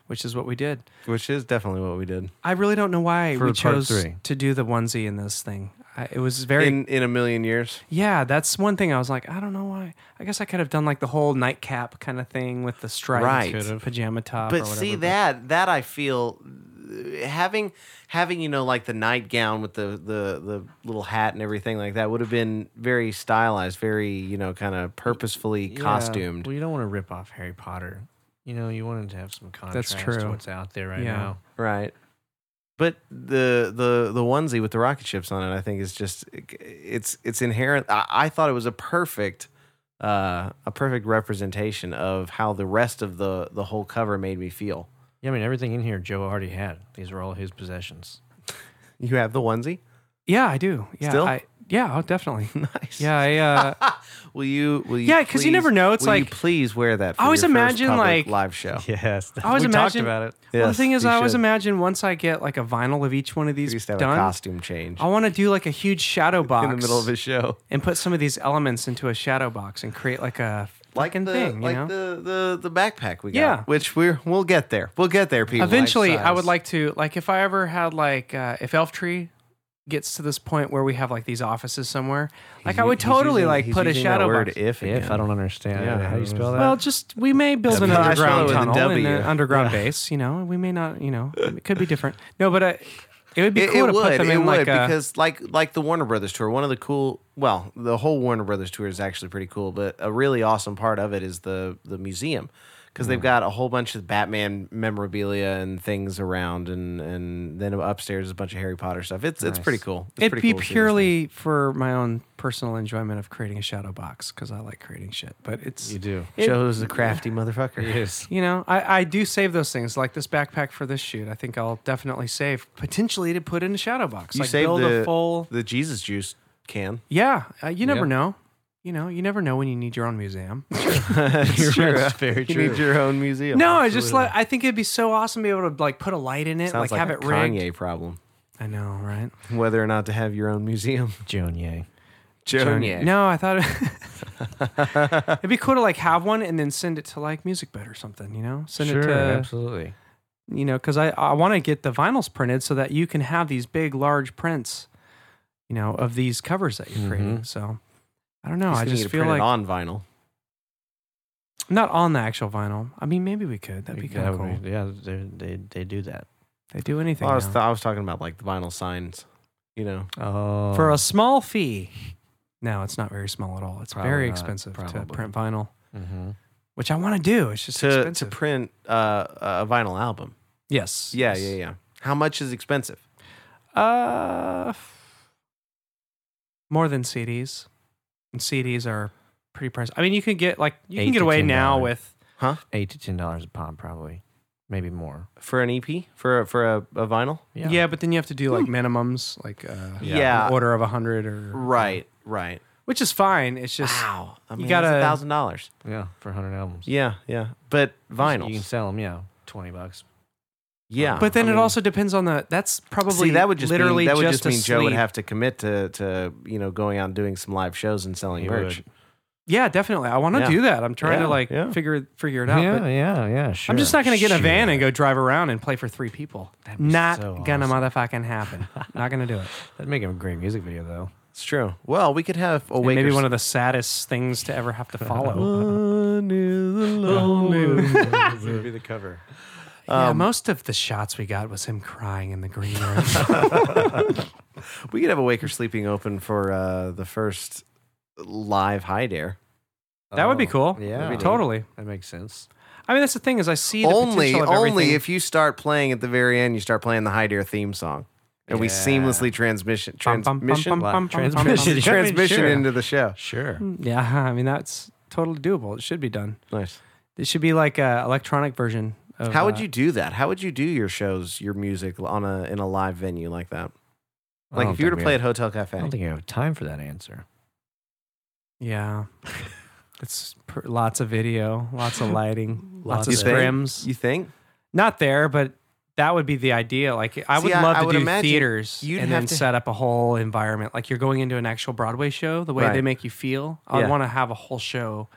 [SPEAKER 3] which is what we did.
[SPEAKER 2] Which is definitely what we did.
[SPEAKER 3] I really don't know why
[SPEAKER 4] For
[SPEAKER 3] we
[SPEAKER 4] part
[SPEAKER 3] chose
[SPEAKER 4] three.
[SPEAKER 3] to do the onesie in this thing. I, it was very
[SPEAKER 2] In in a million years.
[SPEAKER 3] yeah. That's one thing I was like, I don't know why. I guess I could have done like the whole nightcap kind of thing with the stripes,
[SPEAKER 2] Right. Could've.
[SPEAKER 3] pajama top. or
[SPEAKER 2] But
[SPEAKER 3] whatever,
[SPEAKER 2] see that that I feel uh, having having you know like the nightgown with the the the little hat and everything like that would have been very stylized, very you know kind of purposefully costumed.
[SPEAKER 4] Well, you don't want to rip off Harry Potter. You know, you wanted to have some contrast to
[SPEAKER 3] true.
[SPEAKER 4] what's out there right
[SPEAKER 3] Yeah.
[SPEAKER 4] now.
[SPEAKER 2] Right. But the the the onesie with the rocket ships on it, I think is just it's it's inherent. I, I thought it was a perfect uh, a perfect representation of how the rest of the the whole cover made me feel.
[SPEAKER 4] Yeah, I mean everything in here Joe already had. These were all his possessions.
[SPEAKER 2] You have the onesie.
[SPEAKER 3] Yeah, I do. Yeah,
[SPEAKER 2] Still?
[SPEAKER 3] I, yeah, oh, definitely.
[SPEAKER 2] Nice.
[SPEAKER 3] Yeah, I, uh,
[SPEAKER 2] Will you? Will you?
[SPEAKER 3] Yeah, 'cause you
[SPEAKER 2] please-
[SPEAKER 3] never know. It's
[SPEAKER 2] will you
[SPEAKER 3] like-
[SPEAKER 2] please wear that. For
[SPEAKER 3] I always
[SPEAKER 2] your first
[SPEAKER 3] imagine,
[SPEAKER 2] public
[SPEAKER 3] like-
[SPEAKER 2] live show.
[SPEAKER 4] Yes,
[SPEAKER 3] I always
[SPEAKER 4] we talked
[SPEAKER 3] imagine-
[SPEAKER 4] about it.
[SPEAKER 3] Well, the
[SPEAKER 2] Yes,
[SPEAKER 3] thing is,
[SPEAKER 2] you
[SPEAKER 3] I always
[SPEAKER 2] should.
[SPEAKER 3] imagine once I get like a vinyl of each one of
[SPEAKER 2] We
[SPEAKER 3] these
[SPEAKER 2] used to have a
[SPEAKER 3] done,
[SPEAKER 2] costume change
[SPEAKER 3] I want to do like a huge shadow box
[SPEAKER 2] in the middle of a show.
[SPEAKER 3] and put some of these elements into a shadow box and create like a fucking
[SPEAKER 2] the,
[SPEAKER 3] thing, you
[SPEAKER 2] like
[SPEAKER 3] know.
[SPEAKER 2] the, the the backpack we got.
[SPEAKER 3] Yeah.
[SPEAKER 2] Which we're we'll get there. We'll get there, people.
[SPEAKER 3] Eventually, I
[SPEAKER 2] Life-size.
[SPEAKER 3] would like to like if I ever had like uh, if Elf Tree gets to this point where we have like these offices somewhere, like I
[SPEAKER 2] u-
[SPEAKER 3] would
[SPEAKER 2] he's
[SPEAKER 3] totally
[SPEAKER 2] using-
[SPEAKER 3] like
[SPEAKER 2] he's
[SPEAKER 3] put a
[SPEAKER 2] using that
[SPEAKER 3] shadow
[SPEAKER 2] word
[SPEAKER 3] box.
[SPEAKER 2] If
[SPEAKER 4] If
[SPEAKER 2] again.
[SPEAKER 4] I don't understand,
[SPEAKER 2] Yeah,
[SPEAKER 4] how do you spell that?
[SPEAKER 3] Well, just we may build an
[SPEAKER 2] No, I spell it
[SPEAKER 3] underground
[SPEAKER 2] with a
[SPEAKER 3] tunnel and
[SPEAKER 2] W.
[SPEAKER 3] an underground base. You know, we may not. You know, it could be different. No, but uh, it would be
[SPEAKER 2] It,
[SPEAKER 3] cool
[SPEAKER 2] it
[SPEAKER 3] to put
[SPEAKER 2] would,
[SPEAKER 3] them
[SPEAKER 2] it
[SPEAKER 3] in like
[SPEAKER 2] would,
[SPEAKER 3] a,
[SPEAKER 2] because like like the Warner Brothers tour, one of the cool, well, the whole Warner Brothers tour is actually pretty cool, but a really awesome part of it is the the museum because
[SPEAKER 3] Hmm.
[SPEAKER 2] they've got a whole bunch of Batman memorabilia and things around, and and then upstairs is a bunch of Harry Potter stuff. It's it's pretty cool. It's
[SPEAKER 3] It'd
[SPEAKER 2] pretty
[SPEAKER 3] be
[SPEAKER 2] cool to see those things.
[SPEAKER 3] purely for my own personal enjoyment of creating a shadow box because I like creating shit. But it's
[SPEAKER 4] you
[SPEAKER 3] you,
[SPEAKER 4] do.
[SPEAKER 2] Joe's a crafty motherfucker.
[SPEAKER 4] Yes.
[SPEAKER 3] know I, I do save those things like this backpack for this shoot. I think I'll definitely save potentially to put in a shadow box.
[SPEAKER 2] You
[SPEAKER 3] like
[SPEAKER 2] saved
[SPEAKER 3] build
[SPEAKER 2] the
[SPEAKER 3] a full
[SPEAKER 2] the Jesus juice can.
[SPEAKER 3] yeah. Uh, you never
[SPEAKER 4] Yeah.
[SPEAKER 3] know. You know you never know when you need your own museum.
[SPEAKER 2] That's
[SPEAKER 4] That's very
[SPEAKER 2] You
[SPEAKER 4] true.
[SPEAKER 2] need your own museum.
[SPEAKER 3] no, I just like I think it'd be so awesome to be able to like put a light in it, like,
[SPEAKER 2] Sounds like,
[SPEAKER 3] have
[SPEAKER 2] a
[SPEAKER 3] it
[SPEAKER 2] Kanye
[SPEAKER 3] rigged.
[SPEAKER 2] problem.
[SPEAKER 3] I know, right?
[SPEAKER 2] Whether or not to have your own museum.
[SPEAKER 4] Joan Ye.
[SPEAKER 2] Kanye.
[SPEAKER 3] No, I thought it'd be cool to like have one and then send it to like Music Bed or something. You know, send
[SPEAKER 4] sure,
[SPEAKER 3] it to
[SPEAKER 4] absolutely.
[SPEAKER 3] you know, because I, I want to get the vinyls printed so that you can have these big, large prints, you know, of these covers that you're creating. So I don't know.
[SPEAKER 2] He's
[SPEAKER 3] I
[SPEAKER 2] gonna
[SPEAKER 3] just
[SPEAKER 2] get
[SPEAKER 3] feel
[SPEAKER 2] printed
[SPEAKER 3] like
[SPEAKER 2] on vinyl.
[SPEAKER 3] not on the actual vinyl. I mean, maybe we could. That'd be kind of
[SPEAKER 4] That
[SPEAKER 3] cool.
[SPEAKER 4] would be- yeah, they, they they do that.
[SPEAKER 3] They do anything
[SPEAKER 2] Well, I was
[SPEAKER 3] now.
[SPEAKER 2] I was talking about like the vinyl signs, you know.
[SPEAKER 4] Oh,
[SPEAKER 3] for a small fee. No, it's not very small at all. It's
[SPEAKER 4] Probably
[SPEAKER 3] very
[SPEAKER 4] not,
[SPEAKER 3] expensive to
[SPEAKER 4] probably.
[SPEAKER 3] print vinyl,
[SPEAKER 4] hmm
[SPEAKER 3] which I want to do. It's just
[SPEAKER 2] To to
[SPEAKER 3] expensive.
[SPEAKER 2] print uh, a vinyl album.
[SPEAKER 3] yes.
[SPEAKER 2] Yeah,
[SPEAKER 3] yes.
[SPEAKER 2] yeah, yeah. How much is expensive?
[SPEAKER 3] Uh, f- more than CDs. And CDs are pretty pricey. I mean, you can get like you
[SPEAKER 4] Eight
[SPEAKER 3] can get
[SPEAKER 4] to
[SPEAKER 3] away
[SPEAKER 4] ten
[SPEAKER 3] now
[SPEAKER 4] dollar.
[SPEAKER 3] with
[SPEAKER 4] Eight to ten dollars a pop, probably, maybe more.
[SPEAKER 2] for an EP for a, for a, a vinyl.
[SPEAKER 3] yeah. but then you have to do like minimums, like uh,
[SPEAKER 2] Hmm. Yeah.
[SPEAKER 3] an order of a hundred or
[SPEAKER 2] Right. Ah, Right.
[SPEAKER 3] which is fine. It's just
[SPEAKER 2] wow. I
[SPEAKER 3] you
[SPEAKER 2] mean,
[SPEAKER 3] gotta-
[SPEAKER 2] a thousand dollars.
[SPEAKER 4] yeah, for hundred albums.
[SPEAKER 2] Yeah. Yeah. But vinyls.
[SPEAKER 4] you can sell them. Yeah, twenty bucks.
[SPEAKER 2] yeah.
[SPEAKER 3] But then
[SPEAKER 2] I
[SPEAKER 3] it
[SPEAKER 2] mean,
[SPEAKER 3] also depends on the. That's probably
[SPEAKER 2] see that would just
[SPEAKER 3] literally
[SPEAKER 2] mean, that would
[SPEAKER 3] just,
[SPEAKER 2] just, mean
[SPEAKER 3] a
[SPEAKER 2] Joe would
[SPEAKER 3] sleeve.
[SPEAKER 2] have to commit to to you know going out and doing some live shows and selling
[SPEAKER 4] He
[SPEAKER 2] merch.
[SPEAKER 4] would.
[SPEAKER 3] Yeah, definitely. I want to
[SPEAKER 2] Yeah.
[SPEAKER 3] do that. I'm trying to
[SPEAKER 2] Yeah,
[SPEAKER 3] like
[SPEAKER 2] yeah.
[SPEAKER 3] figure figure it out.
[SPEAKER 4] yeah,
[SPEAKER 3] but
[SPEAKER 4] yeah, yeah. Sure.
[SPEAKER 3] I'm just not going to get in a van
[SPEAKER 4] Sure.
[SPEAKER 3] and go drive around and play for three people.
[SPEAKER 4] That'd be
[SPEAKER 3] Not
[SPEAKER 4] so
[SPEAKER 3] gonna
[SPEAKER 4] awesome.
[SPEAKER 3] motherfucking happen. not gonna do it.
[SPEAKER 4] That'd make him a great music video though.
[SPEAKER 2] It's true. Well, we could have a
[SPEAKER 3] And maybe one
[SPEAKER 2] Waker's-
[SPEAKER 3] of the saddest things to ever have to follow.
[SPEAKER 4] One is
[SPEAKER 2] would be the cover.
[SPEAKER 3] yeah,
[SPEAKER 2] um
[SPEAKER 3] most of the shots we got was him crying in the green room.
[SPEAKER 2] We could have a Waker sleeping open for uh, the first live high dare.
[SPEAKER 3] that would be
[SPEAKER 2] Oh,
[SPEAKER 3] cool.
[SPEAKER 4] Yeah,
[SPEAKER 3] That'd be totally.
[SPEAKER 4] That makes sense.
[SPEAKER 3] I mean, that's the thing is, I see the
[SPEAKER 2] Only
[SPEAKER 3] potential of
[SPEAKER 2] only
[SPEAKER 3] everything.
[SPEAKER 2] if you start playing at the very end, you start playing the high dare theme song, and we
[SPEAKER 4] Yeah.
[SPEAKER 2] seamlessly transmission
[SPEAKER 3] Bum, bum, bum,
[SPEAKER 2] transmission
[SPEAKER 3] bum, bum, bum, bum, bum.
[SPEAKER 4] transmission. Yeah, I mean,
[SPEAKER 2] transmission
[SPEAKER 4] sure.
[SPEAKER 2] into the show.
[SPEAKER 4] Sure.
[SPEAKER 3] Yeah, I mean that's totally doable. It should be done.
[SPEAKER 2] Nice.
[SPEAKER 3] It should be like a electronic version. Of,
[SPEAKER 2] How would
[SPEAKER 3] uh,
[SPEAKER 2] you do that? How would you do your shows, your music on a in a live venue like that?
[SPEAKER 4] I
[SPEAKER 2] Like
[SPEAKER 4] don't
[SPEAKER 2] if you were to
[SPEAKER 4] think we
[SPEAKER 2] play
[SPEAKER 4] have-
[SPEAKER 2] at Hotel
[SPEAKER 4] I don't
[SPEAKER 2] Cafe.
[SPEAKER 4] think I have time for that answer.
[SPEAKER 3] Yeah. It's pr- lots of video, lots of lighting, lots,
[SPEAKER 4] Lots
[SPEAKER 3] of
[SPEAKER 4] of
[SPEAKER 2] thing.
[SPEAKER 3] scrims.
[SPEAKER 2] You think
[SPEAKER 3] Not there, but that would be the idea. Like I
[SPEAKER 2] See,
[SPEAKER 3] would
[SPEAKER 2] I-
[SPEAKER 3] love
[SPEAKER 2] I
[SPEAKER 3] to
[SPEAKER 2] would
[SPEAKER 3] do
[SPEAKER 2] imagine
[SPEAKER 3] theaters
[SPEAKER 2] you'd
[SPEAKER 3] and
[SPEAKER 2] have
[SPEAKER 3] then
[SPEAKER 2] to-
[SPEAKER 3] set up a whole environment. Like you're going into an actual Broadway show, the way
[SPEAKER 2] Right.
[SPEAKER 3] they make you feel. I
[SPEAKER 2] Yeah.
[SPEAKER 3] would want to have a whole show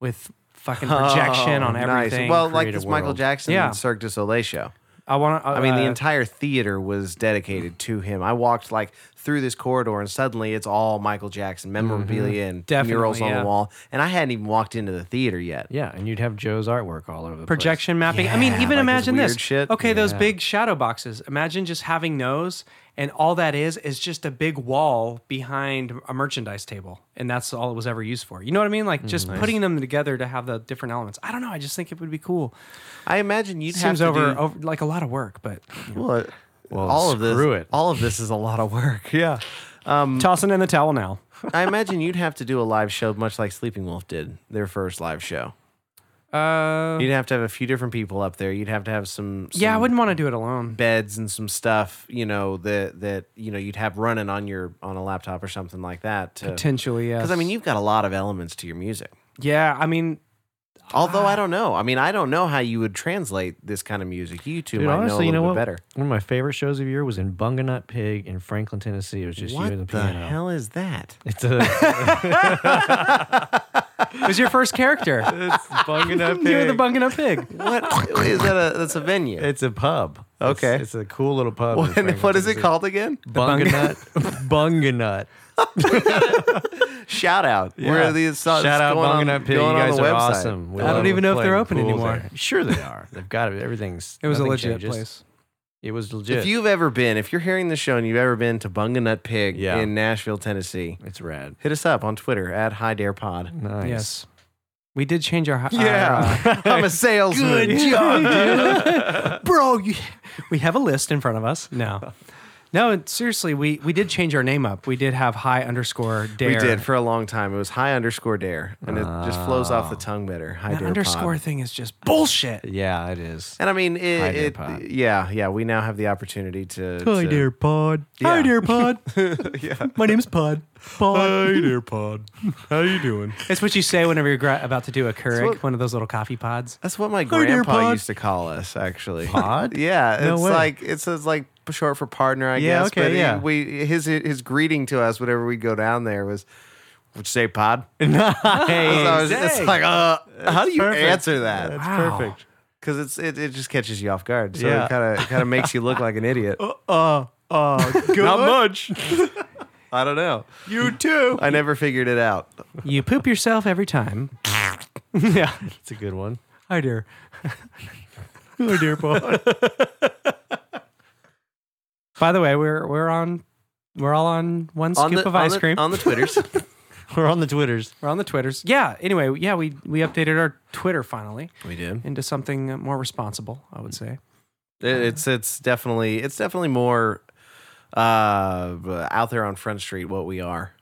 [SPEAKER 3] with fucking projection
[SPEAKER 2] Oh,
[SPEAKER 3] on everything.
[SPEAKER 2] Nice. Well, like
[SPEAKER 4] create a
[SPEAKER 2] this Michael
[SPEAKER 4] world.
[SPEAKER 2] Jackson
[SPEAKER 3] Yeah.
[SPEAKER 2] Cirque du Soleil show.
[SPEAKER 3] I uh, want to.
[SPEAKER 2] I mean, the entire theater was dedicated to him. I walked like through this corridor, and suddenly it's all Michael Jackson memorabilia and
[SPEAKER 3] Mm-hmm. Definitely,
[SPEAKER 2] murals on
[SPEAKER 3] yeah.
[SPEAKER 2] the wall. And I hadn't even walked into the theater yet.
[SPEAKER 4] Yeah, and you'd have Joe's artwork all over the
[SPEAKER 3] projection mapping. I
[SPEAKER 2] Yeah,
[SPEAKER 3] mean, even
[SPEAKER 2] like this
[SPEAKER 3] imagine this.
[SPEAKER 2] weird shit.
[SPEAKER 3] Okay, those
[SPEAKER 4] Yeah.
[SPEAKER 3] big shadow boxes. Imagine just having those, and all that is is just a big wall behind a merchandise table, and that's all it was ever used for. You know what I mean?
[SPEAKER 2] Mm,
[SPEAKER 3] Like just putting them together to have the different elements. I don't know. I just think it would be cool.
[SPEAKER 2] I imagine you'd
[SPEAKER 3] It seems
[SPEAKER 2] have to
[SPEAKER 3] over,
[SPEAKER 2] do-
[SPEAKER 3] over like a lot of work, but you know.
[SPEAKER 2] well, uh,
[SPEAKER 4] Well,
[SPEAKER 2] all of this.
[SPEAKER 4] screw it.
[SPEAKER 2] All of this is a lot of work. Yeah. Mm.
[SPEAKER 3] tossing in the towel now.
[SPEAKER 2] I imagine you'd have to do a live show much like Sleeping Wolf did their first live show.
[SPEAKER 3] Uh,
[SPEAKER 2] You'd have to have a few different people up there. You'd have to have some, some
[SPEAKER 3] yeah, I wouldn't want to do it alone.
[SPEAKER 2] beds and some stuff, you know, that that you know you'd have running on your on a laptop or something like that. to-
[SPEAKER 3] Potentially, yes.
[SPEAKER 2] Because I mean, you've got a lot of elements to your music.
[SPEAKER 3] yeah, I mean,
[SPEAKER 2] Although I don't know. I mean, I don't know how you would translate this kind of music. You two
[SPEAKER 4] Dude,
[SPEAKER 2] might
[SPEAKER 4] honestly, you
[SPEAKER 2] know a little
[SPEAKER 4] know
[SPEAKER 2] bit
[SPEAKER 4] what?
[SPEAKER 2] better.
[SPEAKER 4] One of my favorite shows of the year was in Bunganut Pig in Franklin, Tennessee. It was just
[SPEAKER 2] what
[SPEAKER 4] you and the,
[SPEAKER 2] the,
[SPEAKER 4] piano.
[SPEAKER 2] hell is that?
[SPEAKER 4] It's a
[SPEAKER 3] it was your first character.
[SPEAKER 4] Bunganut
[SPEAKER 3] you were the bunking up pig.
[SPEAKER 2] What is that? A, that's a venue.
[SPEAKER 4] It's a pub.
[SPEAKER 2] Okay.
[SPEAKER 4] It's, it's a cool little pub. in
[SPEAKER 2] What-
[SPEAKER 4] Franklin,
[SPEAKER 2] what is it
[SPEAKER 4] Tennessee.
[SPEAKER 2] called again?
[SPEAKER 4] Bunganut. Bunganut.
[SPEAKER 2] Shout out. Where are these songs
[SPEAKER 4] Shout out
[SPEAKER 2] going on-
[SPEAKER 4] Bunganut Pig. You
[SPEAKER 2] going on
[SPEAKER 4] guys
[SPEAKER 2] the
[SPEAKER 4] are
[SPEAKER 2] website?
[SPEAKER 4] awesome. We
[SPEAKER 3] I don't
[SPEAKER 4] love
[SPEAKER 3] even know if they're
[SPEAKER 4] playing
[SPEAKER 3] open
[SPEAKER 4] pool
[SPEAKER 3] anymore.
[SPEAKER 4] there. Sure they are. They've got it. Everything's.
[SPEAKER 3] It was a
[SPEAKER 4] nothing
[SPEAKER 3] legit
[SPEAKER 4] changes.
[SPEAKER 3] place.
[SPEAKER 4] It was legit.
[SPEAKER 2] If you've ever been, if you're hearing the show and you've ever been to Bunganut Pig
[SPEAKER 4] Yeah.
[SPEAKER 2] in Nashville, Tennessee,
[SPEAKER 4] It's rad.
[SPEAKER 2] hit us up on Twitter at High Dare Pod.
[SPEAKER 4] Nice.
[SPEAKER 3] Yes, we did change our our, uh,
[SPEAKER 2] Yeah, I'm a salesman.
[SPEAKER 3] Good job, dude. uh, Bro, you, we have a list in front of us. No. No, it- seriously, we, we did change our name up. We did have high underscore dare.
[SPEAKER 2] We did for a long time. It was high underscore dare, and it
[SPEAKER 4] Ah.
[SPEAKER 2] just flows off the tongue better. High
[SPEAKER 3] That
[SPEAKER 2] dare
[SPEAKER 3] underscore
[SPEAKER 2] pod.
[SPEAKER 3] thing is just bullshit.
[SPEAKER 4] Yeah, it is.
[SPEAKER 2] And I mean,
[SPEAKER 4] High dare
[SPEAKER 2] it,
[SPEAKER 4] pod.
[SPEAKER 2] it yeah, yeah. We now have the opportunity to.
[SPEAKER 4] Hi
[SPEAKER 2] to-
[SPEAKER 4] dear pod.
[SPEAKER 2] Yeah.
[SPEAKER 3] Hi, dear pod. My name is Pod. Pod.
[SPEAKER 4] dear pod. How you doing?
[SPEAKER 3] It's what you say whenever you're gra- about to do a Keurig,
[SPEAKER 2] what-
[SPEAKER 3] one of those little coffee pods.
[SPEAKER 2] That's what my
[SPEAKER 3] Hi, dear
[SPEAKER 2] grandpa
[SPEAKER 3] pod.
[SPEAKER 2] used to call us, actually.
[SPEAKER 4] Pod?
[SPEAKER 2] Yeah,
[SPEAKER 4] No
[SPEAKER 2] it's
[SPEAKER 4] way.
[SPEAKER 2] like it's, it's like short for partner, I
[SPEAKER 4] Yeah,
[SPEAKER 2] guess.
[SPEAKER 4] okay,
[SPEAKER 2] but he-
[SPEAKER 4] yeah.
[SPEAKER 2] we his his greeting to us whenever we go down there was, "Would you say pod?" So I was- it's like, uh, how do you
[SPEAKER 4] perfect.
[SPEAKER 2] answer that?
[SPEAKER 4] That's
[SPEAKER 3] Wow.
[SPEAKER 4] perfect.
[SPEAKER 2] because it's it, it just catches you off guard. So
[SPEAKER 4] Yeah.
[SPEAKER 2] it kind of kind of makes you look like an idiot.
[SPEAKER 4] Uh, uh, good.
[SPEAKER 2] Not much. I don't know.
[SPEAKER 4] you too.
[SPEAKER 2] I never figured it out.
[SPEAKER 3] You poop yourself every time. yeah.
[SPEAKER 4] It's a good one.
[SPEAKER 3] Hi, dear. Hi, dear pod. By the way, we're we're on we're all on one scoop of ice
[SPEAKER 2] the,
[SPEAKER 3] cream.
[SPEAKER 2] on the Twitters.
[SPEAKER 4] We're on the Twitters.
[SPEAKER 3] We're on the Twitters. Yeah. Anyway, yeah, we we updated our Twitter finally
[SPEAKER 2] we did.
[SPEAKER 3] into something more responsible, I would say.
[SPEAKER 2] It- It's it's definitely it's definitely more uh out there on Front Street what we are.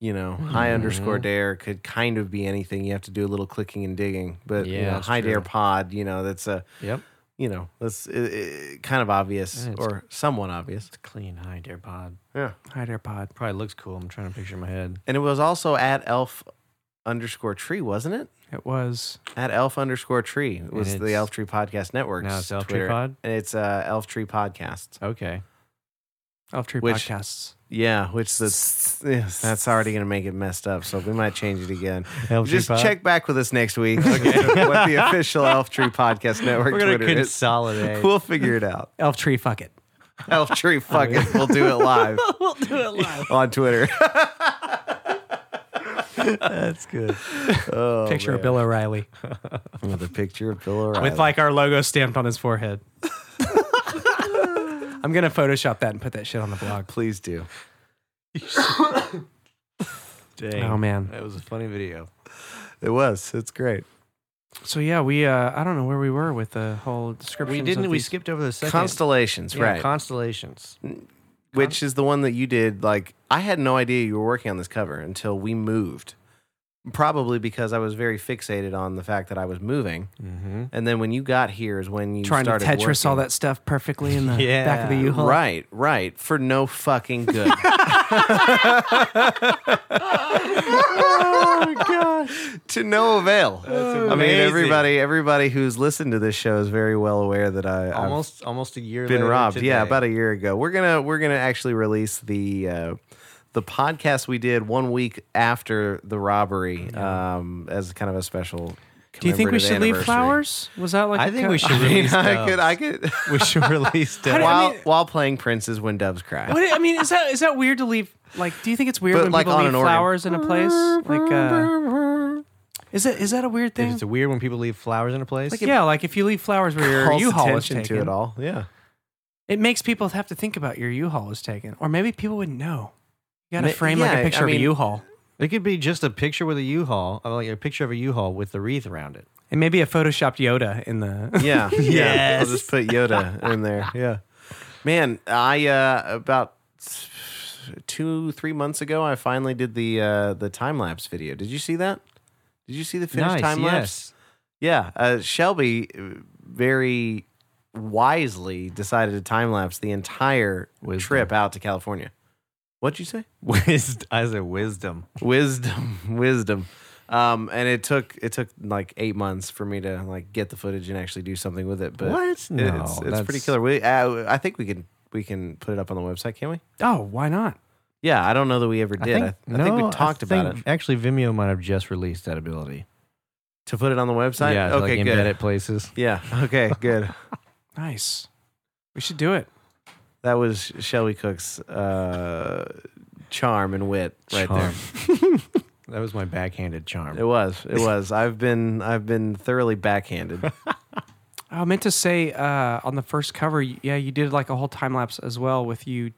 [SPEAKER 2] You know, high underscore dare could kind of be anything. You have to do a little clicking and digging, but you
[SPEAKER 4] Yeah,
[SPEAKER 2] know,
[SPEAKER 4] that's
[SPEAKER 2] high dare
[SPEAKER 4] true.
[SPEAKER 2] pod. You know, that's a
[SPEAKER 4] Yep.
[SPEAKER 2] you know that's i i kind of obvious
[SPEAKER 4] Yeah, it's-
[SPEAKER 2] or somewhat obvious.
[SPEAKER 4] Clean high dare pod.
[SPEAKER 2] Yeah,
[SPEAKER 3] Hi there, pod.
[SPEAKER 4] Probably looks cool. I'm trying to picture in my head.
[SPEAKER 2] and it was also at elf underscore tree, wasn't it?
[SPEAKER 3] It was.
[SPEAKER 2] At elf underscore tree was the
[SPEAKER 4] it's-
[SPEAKER 2] Elf Tree Podcast Network.
[SPEAKER 4] Now it's Elf Tree Pod?
[SPEAKER 2] and it's uh, Elf Tree Podcast.
[SPEAKER 4] Okay.
[SPEAKER 3] Elf Tree
[SPEAKER 2] Which-
[SPEAKER 3] Podcasts.
[SPEAKER 2] Yeah, which that's yes, that's already gonna make it messed up. So we might change it again.
[SPEAKER 4] Elf Tree
[SPEAKER 2] Just
[SPEAKER 4] Pod?
[SPEAKER 2] check back with us next week. Okay. what the official Elf Tree Podcast Network
[SPEAKER 4] We're gonna
[SPEAKER 2] Twitter is.
[SPEAKER 4] consolidate.
[SPEAKER 2] We'll figure it out.
[SPEAKER 3] Elf Tree, fuck it.
[SPEAKER 2] Elf Tree, fuck it. We'll do it live
[SPEAKER 3] We'll do it live.
[SPEAKER 2] on Twitter.
[SPEAKER 4] That's good.
[SPEAKER 3] Picture of Bill O'Reilly
[SPEAKER 2] With a picture of Bill O'Reilly.
[SPEAKER 3] with like our logo stamped on his forehead. I'm gonna Photoshop that and put that shit on the blog.
[SPEAKER 2] please do.
[SPEAKER 4] Dang.
[SPEAKER 3] Oh man.
[SPEAKER 4] That was a funny video.
[SPEAKER 2] It was. It's great.
[SPEAKER 3] So yeah, we uh, I don't know where we were with the whole description.
[SPEAKER 4] We didn't. We skipped over the second.
[SPEAKER 2] Constellations,
[SPEAKER 4] yeah,
[SPEAKER 2] right?
[SPEAKER 4] Constellations.
[SPEAKER 2] Which is the one that you did. Like I had no idea you were working on this cover until we moved. Probably because I was very fixated on the fact that I was moving.
[SPEAKER 4] Mm-hmm.
[SPEAKER 2] And then when you got here is when you
[SPEAKER 3] trying to
[SPEAKER 2] started
[SPEAKER 3] Tetris all
[SPEAKER 2] working.
[SPEAKER 3] that stuff perfectly in the
[SPEAKER 4] Yeah.
[SPEAKER 3] back of the U-Haul.
[SPEAKER 2] Right, right. For no fucking good.
[SPEAKER 4] Oh gosh.
[SPEAKER 2] to no avail. I mean,
[SPEAKER 4] amazing.
[SPEAKER 2] everybody, everybody who's listened to this show is very well aware that I I've
[SPEAKER 4] almost almost a year.
[SPEAKER 2] been
[SPEAKER 4] later
[SPEAKER 2] robbed. Yeah,
[SPEAKER 4] today.
[SPEAKER 2] about a year ago. We're gonna we're gonna actually release the uh, the podcast we did one week after the robbery um, as kind of a special.
[SPEAKER 3] Do you think we
[SPEAKER 2] commemorative
[SPEAKER 3] should leave
[SPEAKER 2] anniversary.
[SPEAKER 3] flowers? Was that like
[SPEAKER 4] I
[SPEAKER 3] a
[SPEAKER 4] think
[SPEAKER 3] cut-
[SPEAKER 4] we should
[SPEAKER 2] uh, I mean,
[SPEAKER 4] release.
[SPEAKER 2] I could,
[SPEAKER 4] doves.
[SPEAKER 2] I could,
[SPEAKER 4] we should release. doves.
[SPEAKER 2] while while playing Prince's "When Doves Cry."
[SPEAKER 3] What, I mean, is that is that weird to leave? Like, do you think it's weird
[SPEAKER 2] But,
[SPEAKER 3] when
[SPEAKER 2] like,
[SPEAKER 3] people
[SPEAKER 2] on
[SPEAKER 3] leave
[SPEAKER 2] an organ.
[SPEAKER 3] flowers in a place? Like, uh, is that is that a weird thing?
[SPEAKER 4] It's weird when people leave flowers in a place.
[SPEAKER 3] yeah, like if you leave flowers where your
[SPEAKER 2] Calls
[SPEAKER 3] U-Haul was
[SPEAKER 2] attention
[SPEAKER 3] taken,
[SPEAKER 2] to it all. Yeah.
[SPEAKER 3] it makes people have to think about your U-Haul was taken, or maybe people wouldn't know. You got to
[SPEAKER 2] Ma-
[SPEAKER 3] frame like
[SPEAKER 2] yeah,
[SPEAKER 3] a
[SPEAKER 2] I
[SPEAKER 3] picture of
[SPEAKER 2] mean-
[SPEAKER 3] a U-Haul,
[SPEAKER 4] It could be just a picture with a U-Haul, or like a picture of a U-Haul with the wreath around it.
[SPEAKER 3] and maybe a photoshopped Yoda in the.
[SPEAKER 2] Yeah. Yeah. I'll just put Yoda in there. Yeah. Man, I uh about two, three months ago I finally did the uh the time lapse video. Did you see that? Did you see the finished
[SPEAKER 4] nice.
[SPEAKER 2] time lapse?
[SPEAKER 4] yes.
[SPEAKER 2] Yeah. Uh Shelby uh, very wisely decided to time lapse the entire
[SPEAKER 4] Wisdom.
[SPEAKER 2] trip out to California. What'd you say?
[SPEAKER 4] Wisdom. I said wisdom.
[SPEAKER 2] wisdom wisdom um and it took it took like eight months for me to like get the footage and actually do something with it but
[SPEAKER 4] What?
[SPEAKER 2] it's
[SPEAKER 4] No,
[SPEAKER 2] it's, it's pretty
[SPEAKER 4] that's-
[SPEAKER 2] killer we uh, i think we can we can put it up on the website can we
[SPEAKER 3] Oh, why not?
[SPEAKER 2] yeah i don't know that we ever did i, I
[SPEAKER 4] no,
[SPEAKER 2] think we talked about
[SPEAKER 4] think
[SPEAKER 2] it
[SPEAKER 4] Actually, Vimeo might have just released that ability.
[SPEAKER 2] to put it on the website
[SPEAKER 4] yeah, to,
[SPEAKER 2] okay
[SPEAKER 4] like
[SPEAKER 2] good
[SPEAKER 4] embed it places.
[SPEAKER 2] yeah okay good
[SPEAKER 3] Nice. We should do it.
[SPEAKER 2] that was shelby cook's uh charm and wit right there
[SPEAKER 4] Charm. that was my backhanded charm.
[SPEAKER 2] it was it was i've been i've been thoroughly backhanded
[SPEAKER 3] I meant to say uh, on the first cover, y- yeah, you did like a whole time lapse as well with you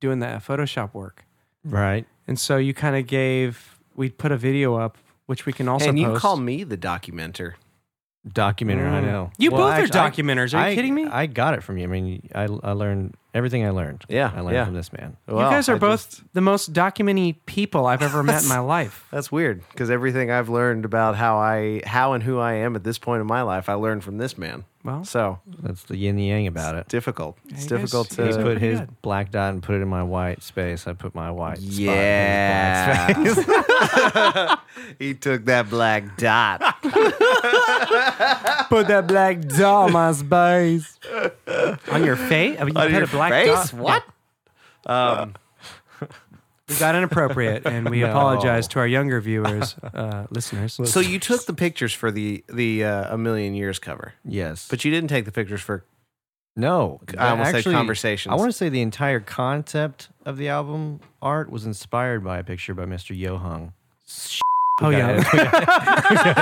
[SPEAKER 3] doing the uh, Photoshop work,
[SPEAKER 4] Right.
[SPEAKER 3] and so you kind of gave. We put a video up, which we can also
[SPEAKER 2] and you
[SPEAKER 3] post.
[SPEAKER 2] call me the documenter
[SPEAKER 4] Documentary. I
[SPEAKER 3] Mm.
[SPEAKER 4] know.
[SPEAKER 3] You
[SPEAKER 4] Well,
[SPEAKER 3] both are
[SPEAKER 4] actually, I-
[SPEAKER 3] documenters. Are you
[SPEAKER 4] I-
[SPEAKER 3] kidding me?
[SPEAKER 4] I got it from you. I mean, I, I learned everything I learned.
[SPEAKER 2] Yeah,
[SPEAKER 4] I learned
[SPEAKER 2] yeah.
[SPEAKER 4] from this man.
[SPEAKER 2] Wow,
[SPEAKER 3] you guys are
[SPEAKER 2] I
[SPEAKER 3] both
[SPEAKER 2] just-
[SPEAKER 3] the most documenty people I've ever met in my life.
[SPEAKER 2] That's weird because everything I've learned about how I, how and who I am at this point in my life, I learned from this man.
[SPEAKER 3] Well,
[SPEAKER 2] So
[SPEAKER 4] That's the yin and yang about it.
[SPEAKER 2] difficult. It's
[SPEAKER 3] you guys-
[SPEAKER 2] difficult
[SPEAKER 3] you
[SPEAKER 4] He
[SPEAKER 3] guys
[SPEAKER 2] to.
[SPEAKER 3] are
[SPEAKER 4] put
[SPEAKER 3] pretty
[SPEAKER 4] his
[SPEAKER 3] good.
[SPEAKER 4] black dot and put it in my white space. I put my white. spot in his black space.
[SPEAKER 2] yeah, he took that black dot.
[SPEAKER 3] put that black dot on my space. on your face? I mean, you put
[SPEAKER 2] your
[SPEAKER 3] a black
[SPEAKER 2] face?
[SPEAKER 3] dot.
[SPEAKER 2] What? Um,
[SPEAKER 3] We got inappropriate, and we apologize to our younger viewers, uh, listeners.
[SPEAKER 2] so you took the pictures for the the uh, a million years cover,
[SPEAKER 4] Yes.
[SPEAKER 2] but you didn't take the pictures for.
[SPEAKER 4] No, the-
[SPEAKER 2] almost said conversations.
[SPEAKER 4] I want to say the entire concept of the album art was inspired by a picture by Mr. Yohung.
[SPEAKER 3] oh yeah. no,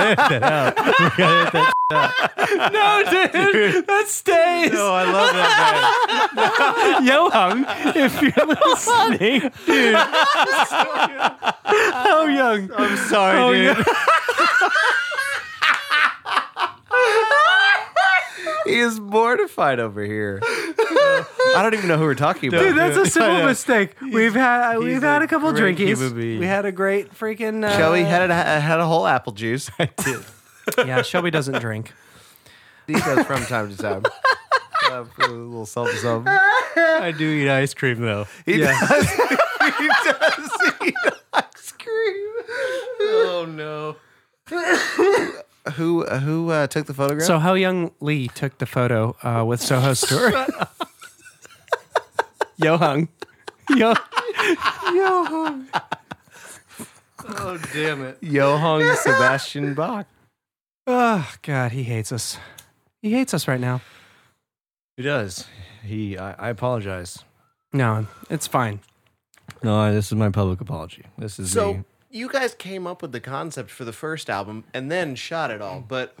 [SPEAKER 3] dude, that stays.
[SPEAKER 4] I love that.
[SPEAKER 3] Young, if you're listening, dude. How young?
[SPEAKER 4] I'm sorry,
[SPEAKER 3] Oh,
[SPEAKER 4] dude.
[SPEAKER 2] he is mortified over here. I don't even know who we're talking about.
[SPEAKER 3] Dude, that's a simple mistake. We've had
[SPEAKER 4] he's
[SPEAKER 3] we've had
[SPEAKER 4] a
[SPEAKER 3] a couple
[SPEAKER 4] great
[SPEAKER 3] drinkies.
[SPEAKER 4] human being.
[SPEAKER 3] We had a great freaking. Uh,
[SPEAKER 2] Joey had a, had a whole apple juice. he
[SPEAKER 3] yeah, Shelby doesn't drink.
[SPEAKER 2] does from time to time. Uh, a little something, something.
[SPEAKER 4] I do eat ice cream though.
[SPEAKER 2] He does. he does eat ice cream.
[SPEAKER 4] Oh no.
[SPEAKER 2] Who who uh, took the photograph?
[SPEAKER 3] So Ho Young Lee took the photo uh, with Soho Stewart. Yo Hung. Yo.
[SPEAKER 4] Oh damn it.
[SPEAKER 2] Johann Sebastian Bach.
[SPEAKER 3] Oh God, he hates us. He hates us right now.
[SPEAKER 4] He does. He. I, I apologize.
[SPEAKER 3] No, it's fine.
[SPEAKER 4] No, this is my public apology. This is
[SPEAKER 2] So
[SPEAKER 4] me.
[SPEAKER 2] you guys came up with the concept for the first album and then shot it all, but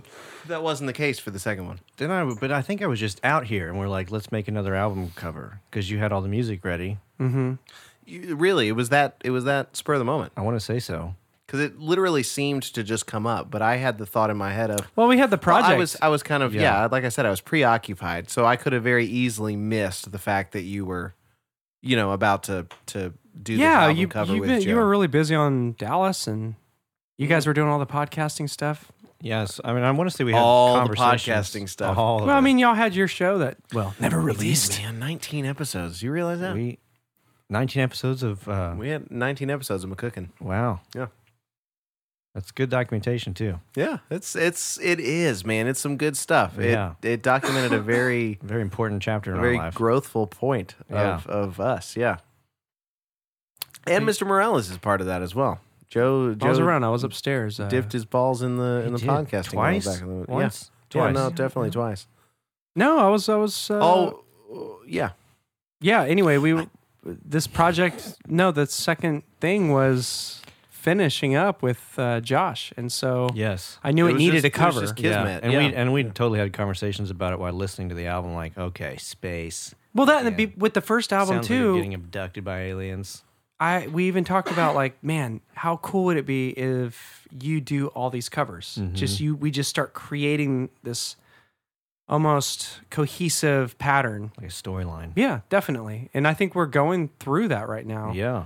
[SPEAKER 2] that wasn't the case for the second one.
[SPEAKER 4] Then I. But I think I was just out here, and we're like, let's make another album cover because you had all the music ready.
[SPEAKER 3] Mm-hmm.
[SPEAKER 2] You, really, it was that it was that spur of the moment
[SPEAKER 4] I want to say so.
[SPEAKER 2] because it literally seemed to just come up. But I had the thought in my head of
[SPEAKER 3] Well, we had the
[SPEAKER 2] well,
[SPEAKER 3] project.
[SPEAKER 2] I was I was kind of yeah.
[SPEAKER 4] Yeah.
[SPEAKER 2] like I said, I was preoccupied, so I could have very easily missed the fact that you were, you know, about to to do this
[SPEAKER 3] yeah,
[SPEAKER 2] album
[SPEAKER 3] you
[SPEAKER 2] cover
[SPEAKER 3] you've
[SPEAKER 2] with
[SPEAKER 3] been-
[SPEAKER 2] Joe.
[SPEAKER 3] you were really busy on Dallas, and you guys were doing all the podcasting stuff.
[SPEAKER 4] Yes. I mean, I want to say we had
[SPEAKER 2] All the
[SPEAKER 4] conversations.
[SPEAKER 2] podcasting stuff.
[SPEAKER 4] All of
[SPEAKER 3] Well, I
[SPEAKER 4] it.
[SPEAKER 3] mean, y'all had your show that well never
[SPEAKER 2] released man, nineteen episodes. You realize that
[SPEAKER 4] we. 19 episodes of uh,
[SPEAKER 2] we had nineteen episodes of McCookin.
[SPEAKER 4] wow
[SPEAKER 2] Yeah.
[SPEAKER 4] that's good documentation too
[SPEAKER 2] Yeah, it's it's it is man. It's some good stuff.
[SPEAKER 4] Yeah.
[SPEAKER 2] It it documented a very
[SPEAKER 4] very important chapter in
[SPEAKER 2] very
[SPEAKER 4] our life
[SPEAKER 2] growthful point
[SPEAKER 4] Yeah.
[SPEAKER 2] of of us. Yeah. And Mr. Morales is part of that as well. Joe
[SPEAKER 3] I was
[SPEAKER 2] Joe
[SPEAKER 3] around. I was upstairs. Uh,
[SPEAKER 2] dipped his balls in the in the
[SPEAKER 4] Did
[SPEAKER 2] podcasting world
[SPEAKER 4] twice
[SPEAKER 2] back in the yeah.
[SPEAKER 4] once
[SPEAKER 2] Yeah,
[SPEAKER 4] twice
[SPEAKER 2] no, definitely twice.
[SPEAKER 3] no, I was. I was. Uh,
[SPEAKER 2] oh, uh, yeah.
[SPEAKER 3] yeah. Anyway, we this project. No, the second thing was finishing up with uh, Josh, and so
[SPEAKER 4] yes
[SPEAKER 3] I knew
[SPEAKER 2] It
[SPEAKER 3] it,
[SPEAKER 2] was
[SPEAKER 3] needed
[SPEAKER 2] just-
[SPEAKER 3] a
[SPEAKER 2] it was
[SPEAKER 3] cover.
[SPEAKER 2] just ki- Kismet,
[SPEAKER 4] and
[SPEAKER 2] yeah.
[SPEAKER 4] we and we totally had conversations about it while listening to the album. Like, okay, space.
[SPEAKER 3] well, that and the,
[SPEAKER 4] Yeah.
[SPEAKER 3] be- with the first album
[SPEAKER 4] Sounds like
[SPEAKER 3] too.
[SPEAKER 4] you're getting abducted by aliens.
[SPEAKER 3] I we even talked about like, man, how cool would it be if you do all these covers? Just you, we just start creating this almost cohesive pattern.
[SPEAKER 4] Like a storyline.
[SPEAKER 3] Yeah, definitely. And I think we're going through that right now.
[SPEAKER 4] Yeah.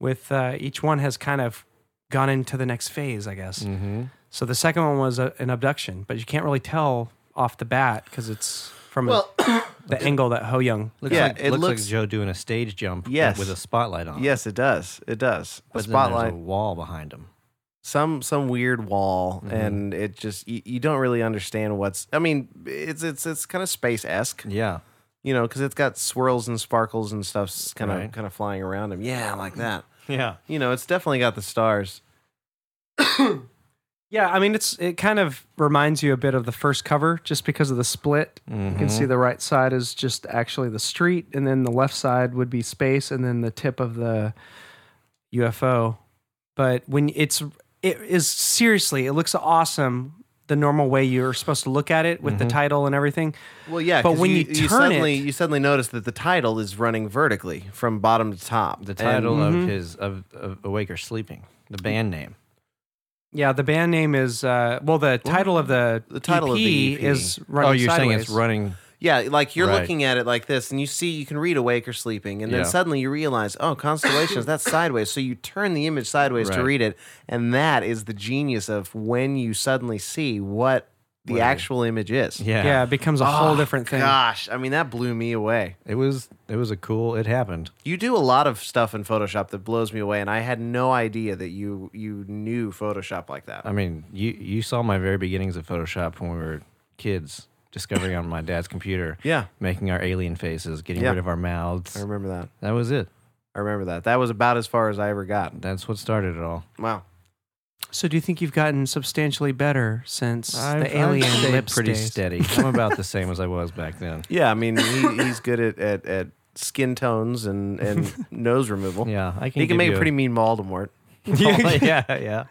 [SPEAKER 3] With uh, each one has kind of gone into the next phase, I guess.
[SPEAKER 4] Mm-hmm.
[SPEAKER 3] So the second one was a, an abduction, but you can't really tell off the bat because it's from a-
[SPEAKER 2] Well,
[SPEAKER 3] the angle that Ho Young.
[SPEAKER 4] Looks
[SPEAKER 2] Yeah,
[SPEAKER 4] like,
[SPEAKER 2] it
[SPEAKER 4] looks,
[SPEAKER 2] looks-
[SPEAKER 4] like Joe doing a stage jump
[SPEAKER 2] Yes.
[SPEAKER 4] with a spotlight on.
[SPEAKER 2] yes, it does. It does.
[SPEAKER 4] But
[SPEAKER 2] The
[SPEAKER 4] then there's
[SPEAKER 2] spotlight,
[SPEAKER 4] a wall behind him.
[SPEAKER 2] some some weird wall,
[SPEAKER 4] Mm-hmm.
[SPEAKER 2] and it just you, you don't really understand what's. I mean, it's it's it's kind of space esque,
[SPEAKER 4] Yeah.
[SPEAKER 2] you know, because it's got swirls and sparkles and stuff, kind of
[SPEAKER 4] Right.
[SPEAKER 2] kind of flying around him. Yeah, like that.
[SPEAKER 4] Yeah.
[SPEAKER 2] You know, it's definitely got the stars.
[SPEAKER 3] Yeah, I mean it's it kind of reminds you a bit of the first cover just because of the split. You
[SPEAKER 4] Mm-hmm.
[SPEAKER 3] can see the right side is just actually the street and then the left side would be space and then the tip of the UFO. But when it's it is seriously, it looks awesome the normal way you're supposed to look at it with
[SPEAKER 4] Mm-hmm.
[SPEAKER 3] the title and everything.
[SPEAKER 2] Well, yeah,
[SPEAKER 3] But
[SPEAKER 2] 'cause
[SPEAKER 3] when you turn
[SPEAKER 2] suddenly
[SPEAKER 3] it-
[SPEAKER 2] you suddenly notice that the title is running vertically from bottom to top.
[SPEAKER 4] The
[SPEAKER 2] And-
[SPEAKER 4] title of his of, of Awake or Sleeping, the band name.
[SPEAKER 3] Yeah, the band name is uh, well the title of the, E
[SPEAKER 2] The title of the EP.
[SPEAKER 3] is running
[SPEAKER 4] oh, you're saying
[SPEAKER 3] sideways.
[SPEAKER 4] it's running.
[SPEAKER 2] Yeah, like you're
[SPEAKER 4] Right.
[SPEAKER 2] looking at it like this, and you see you can read awake or sleeping, and then
[SPEAKER 4] Yeah.
[SPEAKER 2] suddenly you realize, oh, constellations, that's sideways. So you turn the image sideways to
[SPEAKER 4] Right.
[SPEAKER 2] read it, and that is the genius of when you suddenly see what the actual image is.
[SPEAKER 4] Yeah.
[SPEAKER 3] Yeah, it becomes a
[SPEAKER 4] Ah,
[SPEAKER 3] whole different thing.
[SPEAKER 2] Gosh, I mean that blew me away.
[SPEAKER 4] It was it was a cool. It happened.
[SPEAKER 2] You do a lot of stuff in Photoshop that blows me away, and I had no idea that you you knew Photoshop like that.
[SPEAKER 4] I mean, you you saw my very beginnings of Photoshop when we were kids, discovering on my dad's computer.
[SPEAKER 2] Yeah.
[SPEAKER 4] making our alien faces, getting
[SPEAKER 2] Yeah.
[SPEAKER 4] rid of our mouths.
[SPEAKER 2] I remember that.
[SPEAKER 4] That was it.
[SPEAKER 2] I remember that. That was about as far as I ever got.
[SPEAKER 4] That's what started it all.
[SPEAKER 2] Wow.
[SPEAKER 3] So do you think you've gotten substantially better since
[SPEAKER 4] I've- I've
[SPEAKER 3] the alien
[SPEAKER 4] stayed
[SPEAKER 3] lips
[SPEAKER 4] pretty
[SPEAKER 3] days?
[SPEAKER 4] steady. I'm about the same as I was back then.
[SPEAKER 2] Yeah, I mean he, he's good at, at, at skin tones and, and nose removal.
[SPEAKER 4] Yeah, I can.
[SPEAKER 2] he can
[SPEAKER 4] give
[SPEAKER 2] make
[SPEAKER 4] you
[SPEAKER 2] a pretty mean Voldemort.
[SPEAKER 4] yeah, yeah, yeah.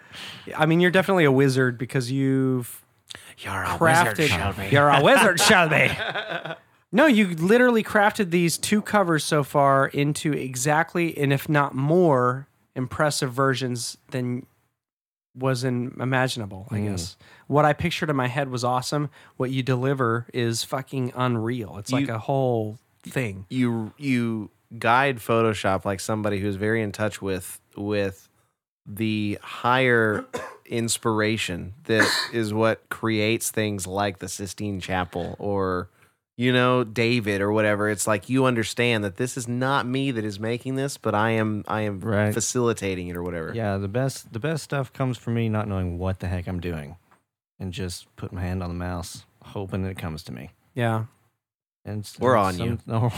[SPEAKER 3] I mean, you're definitely a wizard because you've
[SPEAKER 2] You're
[SPEAKER 3] crafted. you're a wizard, Shelby. No, you literally crafted these two covers so far into exactly, and if not more, impressive versions than was imaginable, I
[SPEAKER 4] Hmm.
[SPEAKER 3] guess. What I pictured in my head was awesome. What you deliver is fucking unreal. It's like
[SPEAKER 2] You-
[SPEAKER 3] a whole thing.
[SPEAKER 2] you you guide Photoshop like somebody who's very in touch with with the higher inspiration that is what creates things like the Sistine Chapel or you know David or whatever it's like you understand that this is not me that is making this but I am I am
[SPEAKER 4] Right.
[SPEAKER 2] facilitating it or whatever
[SPEAKER 4] Yeah, the best the best stuff comes from me not knowing what the heck I'm doing, and just put my hand on the mouse, hoping that it comes to me.
[SPEAKER 3] Yeah.
[SPEAKER 4] And s-
[SPEAKER 2] We're on you.
[SPEAKER 4] No,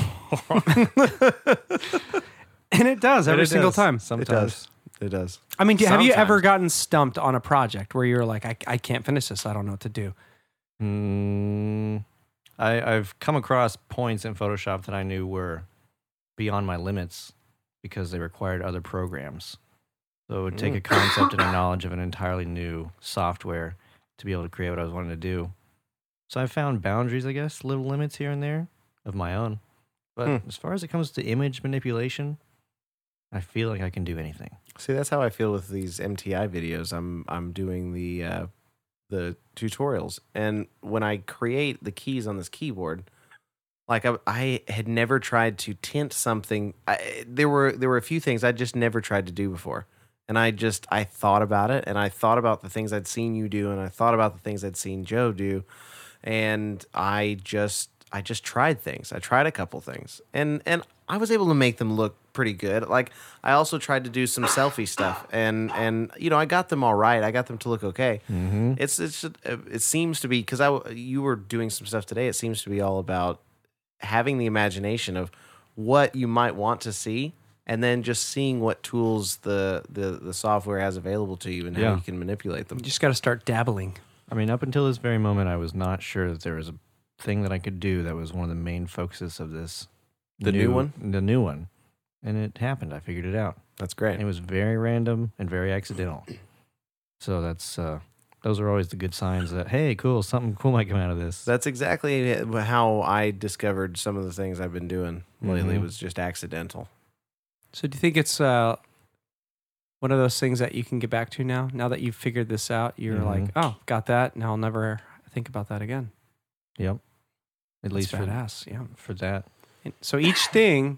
[SPEAKER 3] And it does every
[SPEAKER 4] it
[SPEAKER 3] single
[SPEAKER 4] does.
[SPEAKER 3] time.
[SPEAKER 4] Sometimes
[SPEAKER 2] it does
[SPEAKER 3] I mean, do, have you ever
[SPEAKER 4] Sometimes.
[SPEAKER 3] gotten stumped on a project where you're like, I, I can't finish this. I don't know what to do.
[SPEAKER 4] Mm, I, I've come across points in Photoshop that I knew were beyond my limits because they required other programs. So it would take a concept and a knowledge of an entirely new software to be able to create what I was wanting to do. So I found boundaries, I guess, little limits here and there of my own. But
[SPEAKER 2] Hmm.
[SPEAKER 4] as far as it comes to image manipulation, I feel like I can do anything.
[SPEAKER 2] See, that's how I feel with these MTI videos. I'm I'm doing the uh, the tutorials, and when I create the keys on this keyboard, like I, I had never tried to tint something. I, there were there were a few things I just never tried to do before, and I just I thought about it, and I thought about the things I'd seen you do, and I thought about the things I'd seen Joe do, and I just I just tried things. I tried a couple things, and and I was able to make them look pretty good. Like I also tried to do some selfie stuff, and and you know I got them all right. I got them to look okay. Mm-hmm. It's it's just- it seems to be because I w- you were doing some stuff today. It seems to be all about having the imagination of what you might want to see. And then just seeing what tools the, the, the software has available to you and how
[SPEAKER 4] Yeah.
[SPEAKER 2] you can manipulate them.
[SPEAKER 3] You just got to start dabbling.
[SPEAKER 4] I mean, up until this very moment, I was not sure that there was a thing that I could do that was one of the main focuses of this.
[SPEAKER 2] The new one?
[SPEAKER 4] The new one. And it happened. I figured it out.
[SPEAKER 2] That's great.
[SPEAKER 4] And it was very random and very accidental. So that's, uh, those are always the good signs that, hey, cool, something cool might come out of this.
[SPEAKER 2] That's exactly how I discovered some of the things I've been doing lately.
[SPEAKER 4] Mhm.
[SPEAKER 2] Was just accidental.
[SPEAKER 3] So do you think it's uh, one of those things that you can get back to now? Now that you've figured this out, you're
[SPEAKER 4] Mhm.
[SPEAKER 3] like, oh, got that. Now I'll never think about that again.
[SPEAKER 4] Yep. At least
[SPEAKER 3] That's
[SPEAKER 4] for,
[SPEAKER 3] badass. Yeah.
[SPEAKER 4] for that.
[SPEAKER 3] And so each thing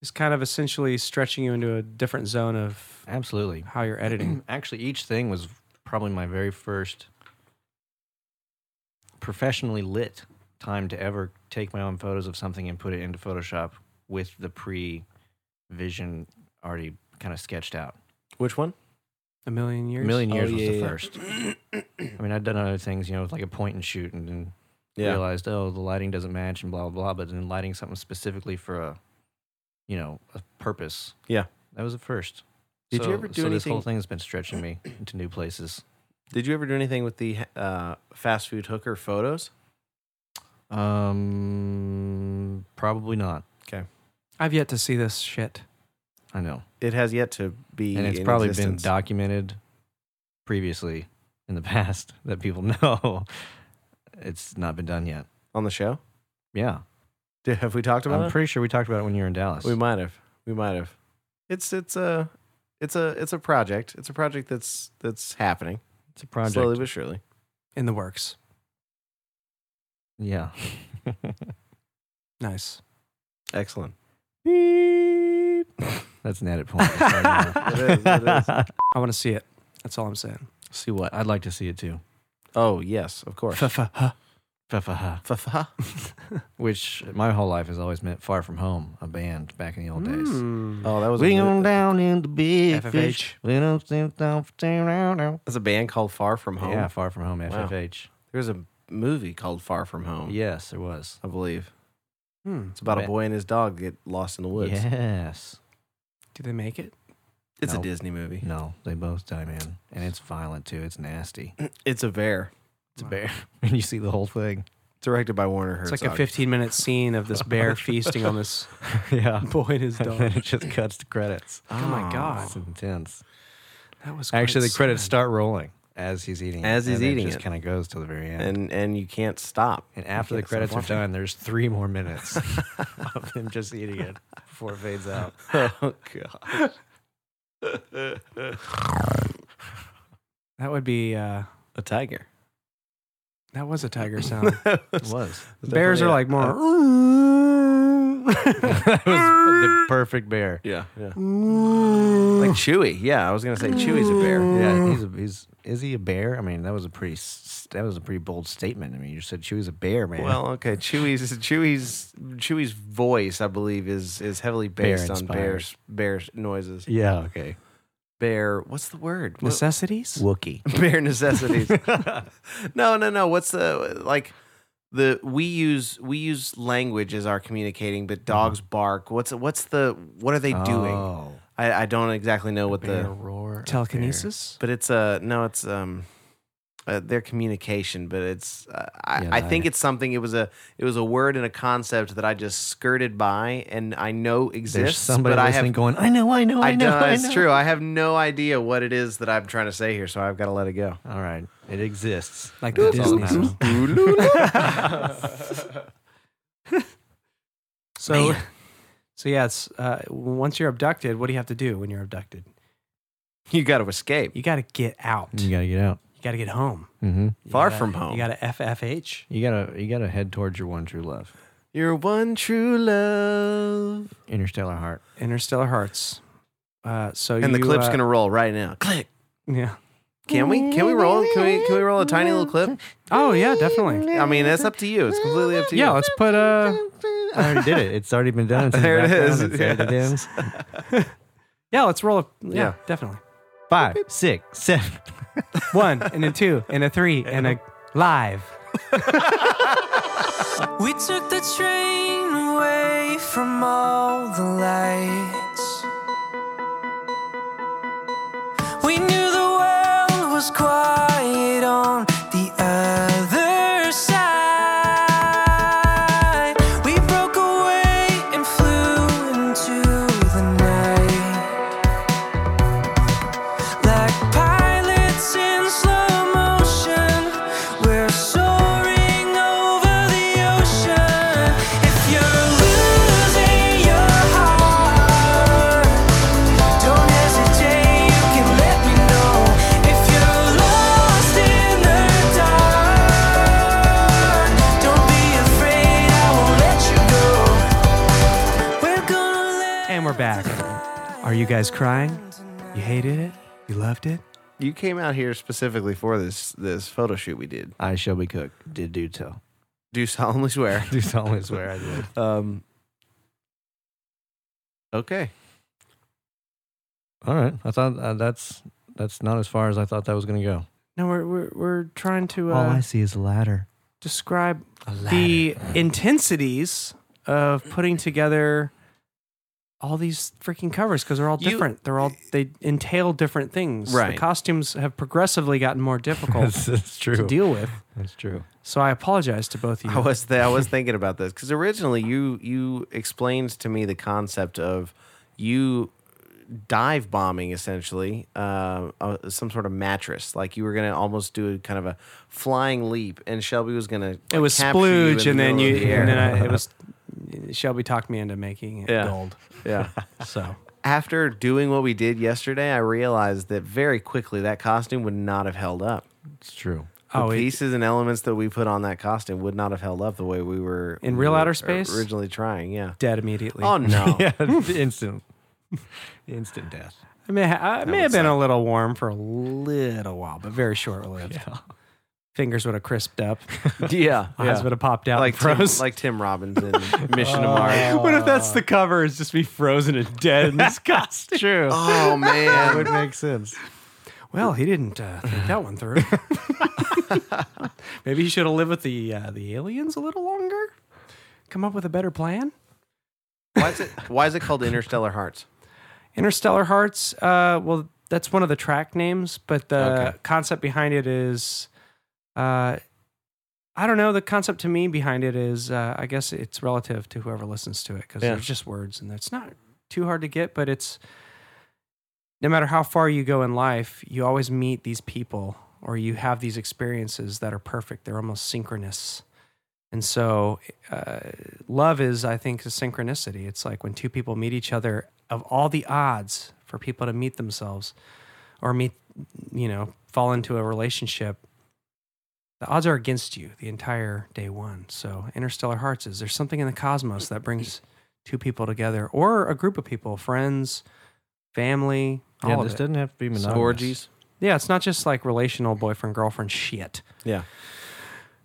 [SPEAKER 3] is kind of essentially stretching you into a different zone of
[SPEAKER 4] Absolutely.
[SPEAKER 3] how you're editing.
[SPEAKER 4] Actually, each thing was probably my very first professionally lit time to ever take my own photos of something and put it into Photoshop with the pre vision already kind of sketched out.
[SPEAKER 2] Which one?
[SPEAKER 3] a million
[SPEAKER 4] A
[SPEAKER 3] years.
[SPEAKER 4] million years
[SPEAKER 2] Oh,
[SPEAKER 4] was
[SPEAKER 2] yeah,
[SPEAKER 4] the
[SPEAKER 2] yeah.
[SPEAKER 4] first. I mean, I'd done other things, you know, with like a point and shoot and then
[SPEAKER 2] Yeah.
[SPEAKER 4] realized, oh, the lighting doesn't match and blah, blah, blah. But then lighting something specifically for a, you know, a purpose.
[SPEAKER 2] Yeah.
[SPEAKER 4] That was the first.
[SPEAKER 2] Did you
[SPEAKER 4] So-
[SPEAKER 2] ever do
[SPEAKER 4] so This whole
[SPEAKER 2] anything-
[SPEAKER 4] thing's been stretching me into new places.
[SPEAKER 2] Did you ever do anything with the uh, fast food hooker photos?
[SPEAKER 4] Um, probably not.
[SPEAKER 3] I've yet to see this shit.
[SPEAKER 4] I know,
[SPEAKER 2] It has yet to be.
[SPEAKER 4] and it's
[SPEAKER 2] in
[SPEAKER 4] probably
[SPEAKER 2] existence.
[SPEAKER 4] been documented previously in the past that people know it's not been done yet.
[SPEAKER 2] on the show.
[SPEAKER 4] Yeah,
[SPEAKER 2] Did, have we talked about
[SPEAKER 4] I'm
[SPEAKER 2] it?
[SPEAKER 4] pretty sure we talked about it when you were in Dallas.
[SPEAKER 2] uh, we might have. We might have. It's it's a it's a it's a project. It's a project that's that's happening
[SPEAKER 4] it's a project.
[SPEAKER 2] slowly but surely.
[SPEAKER 3] In the works.
[SPEAKER 4] Yeah.
[SPEAKER 3] Nice.
[SPEAKER 2] Excellent.
[SPEAKER 4] That's an edit point. Sorry, no.
[SPEAKER 2] It is, it is.
[SPEAKER 3] I want to see it. That's all I'm saying.
[SPEAKER 2] See what?
[SPEAKER 4] I'd like to see it too.
[SPEAKER 2] Oh yes, of course.
[SPEAKER 4] Fa-fa-ha.
[SPEAKER 2] Fa-fa.
[SPEAKER 4] Which my whole life has always meant far from home, a band back in the old days.
[SPEAKER 3] Mm.
[SPEAKER 2] Oh, that was. a
[SPEAKER 4] We
[SPEAKER 2] good-
[SPEAKER 4] on down in the big
[SPEAKER 3] FFH.
[SPEAKER 4] fish. We don't sit down for down, down, down.
[SPEAKER 2] That's a band called Far From Home.
[SPEAKER 4] Yeah, Far From Home,
[SPEAKER 2] Wow.
[SPEAKER 4] FFH.
[SPEAKER 2] There's a movie called Far From Home.
[SPEAKER 4] Yes, there was.
[SPEAKER 2] I believe.
[SPEAKER 3] Hmm.
[SPEAKER 2] It's about a
[SPEAKER 4] Bet.
[SPEAKER 2] boy and his dog get lost in the woods.
[SPEAKER 4] Yes.
[SPEAKER 3] Do they make it?
[SPEAKER 2] It's a
[SPEAKER 4] No.
[SPEAKER 2] Disney movie.
[SPEAKER 4] No, they both die, man. And it's violent too. It's nasty.
[SPEAKER 2] It's a bear.
[SPEAKER 4] It's a bear. and you see the whole thing.
[SPEAKER 2] Directed by Warner
[SPEAKER 3] It's
[SPEAKER 2] Herzog.
[SPEAKER 3] like a 15 minute scene of this bear feasting on this
[SPEAKER 4] yeah.
[SPEAKER 3] boy and his
[SPEAKER 4] And
[SPEAKER 3] dog.
[SPEAKER 4] then it just cuts to credits.
[SPEAKER 3] Oh my God.
[SPEAKER 4] It's intense.
[SPEAKER 3] That was
[SPEAKER 4] Actually,
[SPEAKER 3] quite
[SPEAKER 4] the credits
[SPEAKER 3] sad.
[SPEAKER 4] start rolling as he's eating it.
[SPEAKER 2] As he's
[SPEAKER 4] and
[SPEAKER 2] eating
[SPEAKER 4] it. just
[SPEAKER 2] it.
[SPEAKER 4] kind of goes to the very end. And,
[SPEAKER 2] And and you can't stop.
[SPEAKER 4] after
[SPEAKER 2] You
[SPEAKER 4] the
[SPEAKER 2] can't
[SPEAKER 4] credits are
[SPEAKER 2] stop
[SPEAKER 4] done, there's three more minutes of him just eating it before it fades out.
[SPEAKER 2] watching. oh god.
[SPEAKER 3] That would be. Uh,
[SPEAKER 2] A tiger.
[SPEAKER 3] that was a tiger sound.
[SPEAKER 4] It was.
[SPEAKER 3] Bears are like more.
[SPEAKER 4] that was the perfect bear.
[SPEAKER 2] Yeah, yeah. Like Chewy. Yeah, I was gonna say Chewy's a bear.
[SPEAKER 4] Yeah, he's a, he's is he a bear? I mean, that was a pretty s- that was a pretty bold statement. I mean, you said she was a bear, man.
[SPEAKER 2] Well, okay. Chewy's Chewy's Chewy's voice, I believe, is is heavily based on
[SPEAKER 4] inspired.
[SPEAKER 2] bears bear noises.
[SPEAKER 4] yeah, okay.
[SPEAKER 2] Bear. What's the word? What-
[SPEAKER 3] Necessities?
[SPEAKER 4] Wookie.
[SPEAKER 2] Bare necessities. no, no, no. What's the like the we use we use language as our communicating, but dogs bark. What's what's the what are they doing?
[SPEAKER 4] Mm-hmm. Oh,
[SPEAKER 2] I, I don't exactly know what
[SPEAKER 4] bear
[SPEAKER 2] the
[SPEAKER 4] roar.
[SPEAKER 3] Telekinesis?
[SPEAKER 2] but it's uh no it's um uh, their communication, but it's uh, I,
[SPEAKER 4] Yeah,
[SPEAKER 2] I think
[SPEAKER 4] I-
[SPEAKER 2] it's something. It was a it was a word and a concept that I just skirted by, and I know
[SPEAKER 4] There's
[SPEAKER 2] exists,
[SPEAKER 4] somebody
[SPEAKER 2] but I
[SPEAKER 4] listening
[SPEAKER 2] have
[SPEAKER 4] going, I know, I know, Oh, I,
[SPEAKER 2] I
[SPEAKER 4] know.
[SPEAKER 2] don't.
[SPEAKER 4] I
[SPEAKER 2] it's
[SPEAKER 4] know."
[SPEAKER 2] true. I have no idea what it is that I'm trying to say here, so I've got to let it go.
[SPEAKER 4] All right, it exists.
[SPEAKER 3] Like the
[SPEAKER 4] That's all
[SPEAKER 3] Disney
[SPEAKER 4] that
[SPEAKER 3] song.
[SPEAKER 4] matters.
[SPEAKER 3] So, so yeah, it's uh, once you're abducted. What do you have to do when you're abducted?
[SPEAKER 2] You got to escape.
[SPEAKER 3] You got to get out.
[SPEAKER 4] You gotta get out.
[SPEAKER 3] You got to get home.
[SPEAKER 4] Mm-hmm.
[SPEAKER 3] You
[SPEAKER 2] Far
[SPEAKER 3] gotta-
[SPEAKER 2] from home.
[SPEAKER 3] You got to FFH.
[SPEAKER 4] You gotta you gotta head towards your one true love,
[SPEAKER 2] Your one true love.
[SPEAKER 4] interstellar heart.
[SPEAKER 3] Interstellar Hearts. Uh, so
[SPEAKER 2] And the
[SPEAKER 3] you,
[SPEAKER 2] clip's
[SPEAKER 3] uh,
[SPEAKER 2] gonna roll right now. Click.
[SPEAKER 3] yeah.
[SPEAKER 2] Can we? Can we roll? Can we? Can we roll a tiny little clip?
[SPEAKER 3] Oh yeah, definitely.
[SPEAKER 2] I mean, that's up to you. It's completely up to
[SPEAKER 3] Yeah,
[SPEAKER 2] you.
[SPEAKER 3] let's put uh,
[SPEAKER 4] I already did it. It's already been done. It's in the
[SPEAKER 2] There it
[SPEAKER 4] background.
[SPEAKER 2] is.
[SPEAKER 4] It's edited in.
[SPEAKER 3] yeah, let's roll a yeah,
[SPEAKER 2] Yeah.
[SPEAKER 3] definitely
[SPEAKER 4] Five, six, seven.
[SPEAKER 3] one and a two and a three and a live.
[SPEAKER 5] We took the train away from all the lights. We knew the world was quiet on the other side. We broke away and flew into the night. Like pilots in slow motion, we're soaring over the ocean. If you're losing your heart, don't hesitate, you can let me know. If you're lost in the dark, don't be afraid, I won't let you go. We're gonna let
[SPEAKER 3] And we're back. Are you guys crying? You hated it? You loved it?
[SPEAKER 2] You came out here specifically for this this photo shoot we did.
[SPEAKER 4] I shall be cook. Did do so.
[SPEAKER 2] Do solemnly swear.
[SPEAKER 4] Do solemnly swear I did.
[SPEAKER 2] Um. Okay.
[SPEAKER 4] All right. I thought uh, that's that's not as far as I thought that was going to go.
[SPEAKER 3] No, we're we're, we're trying to
[SPEAKER 4] All I
[SPEAKER 3] uh,
[SPEAKER 4] see is a ladder.
[SPEAKER 3] describe
[SPEAKER 4] A
[SPEAKER 3] the intensities of putting together all these freaking covers because they're all
[SPEAKER 2] You-
[SPEAKER 3] different. they're all they entail different things.
[SPEAKER 2] Right.
[SPEAKER 3] The costumes have progressively gotten more difficult
[SPEAKER 4] that's, that's
[SPEAKER 3] to
[SPEAKER 4] true.
[SPEAKER 3] deal with.
[SPEAKER 4] That's true.
[SPEAKER 3] So I apologize to both of you.
[SPEAKER 2] I was th- I was thinking about this because originally you you explained to me the concept of you dive bombing essentially uh, uh, some sort of mattress like you were gonna almost do a kind of a flying leap and Shelby was gonna
[SPEAKER 3] it was
[SPEAKER 2] like, capture you in
[SPEAKER 3] splooge,
[SPEAKER 2] the
[SPEAKER 3] and then
[SPEAKER 2] middle
[SPEAKER 3] you,
[SPEAKER 2] of the air.
[SPEAKER 3] and then I, it was. Shelby talked me into making it
[SPEAKER 2] Yeah.
[SPEAKER 3] gold.
[SPEAKER 2] yeah
[SPEAKER 3] So
[SPEAKER 2] after doing what we did yesterday I realized that very quickly that costume would not have held up
[SPEAKER 4] It's true.
[SPEAKER 2] the
[SPEAKER 3] oh, it-
[SPEAKER 2] pieces and elements that we put on that costume would not have held up the way we were
[SPEAKER 3] In
[SPEAKER 2] we
[SPEAKER 3] real
[SPEAKER 2] were
[SPEAKER 3] outer space?
[SPEAKER 2] originally trying yeah
[SPEAKER 3] dead immediately.
[SPEAKER 2] oh no
[SPEAKER 4] Yeah. instant. Instant death.
[SPEAKER 3] I may, ha- I may have been a little warm for a little while, but very short lived. Fingers would have crisped up.
[SPEAKER 2] yeah,
[SPEAKER 3] Eyes would have popped Oh, out.
[SPEAKER 2] like
[SPEAKER 3] Like
[SPEAKER 2] Tim,
[SPEAKER 3] froze.
[SPEAKER 2] like uh, Tim Robbins in Mission to Mars.
[SPEAKER 3] what if that's the cover? Is just be frozen and dead in this costume. True.
[SPEAKER 2] Oh man,
[SPEAKER 4] Makes sense.
[SPEAKER 3] Well, he didn't uh, think that one through. Maybe he should have lived with the uh, the aliens a little longer. Come up with a better plan.
[SPEAKER 2] why is it why is it called Interstellar Hearts?
[SPEAKER 3] Interstellar Hearts. Uh, well, that's one of the track names, but the
[SPEAKER 4] Okay.
[SPEAKER 3] concept behind it is, uh, I don't know. The concept to me behind it is, uh, I guess it's relative to whoever listens to it because
[SPEAKER 2] Yeah.
[SPEAKER 3] there's just words and it's not too hard to get, but it's no matter how far you go in life, you always meet these people or you have these experiences that are perfect. They're almost synchronous. And so, uh, love is, I think, a synchronicity. It's like when two people meet each other, of all the odds for people to meet themselves or meet you know, fall into a relationship, the odds are against you the entire day one. So, Interstellar Hearts is there's something in the cosmos that brings two people together or a group of people, friends, family, all
[SPEAKER 4] yeah,
[SPEAKER 3] of
[SPEAKER 4] this
[SPEAKER 3] it.
[SPEAKER 4] doesn't have to be
[SPEAKER 3] Oh,
[SPEAKER 4] monogamous.
[SPEAKER 2] Orgies.
[SPEAKER 3] Yeah, it's not just like relational boyfriend girlfriend shit.
[SPEAKER 2] Yeah.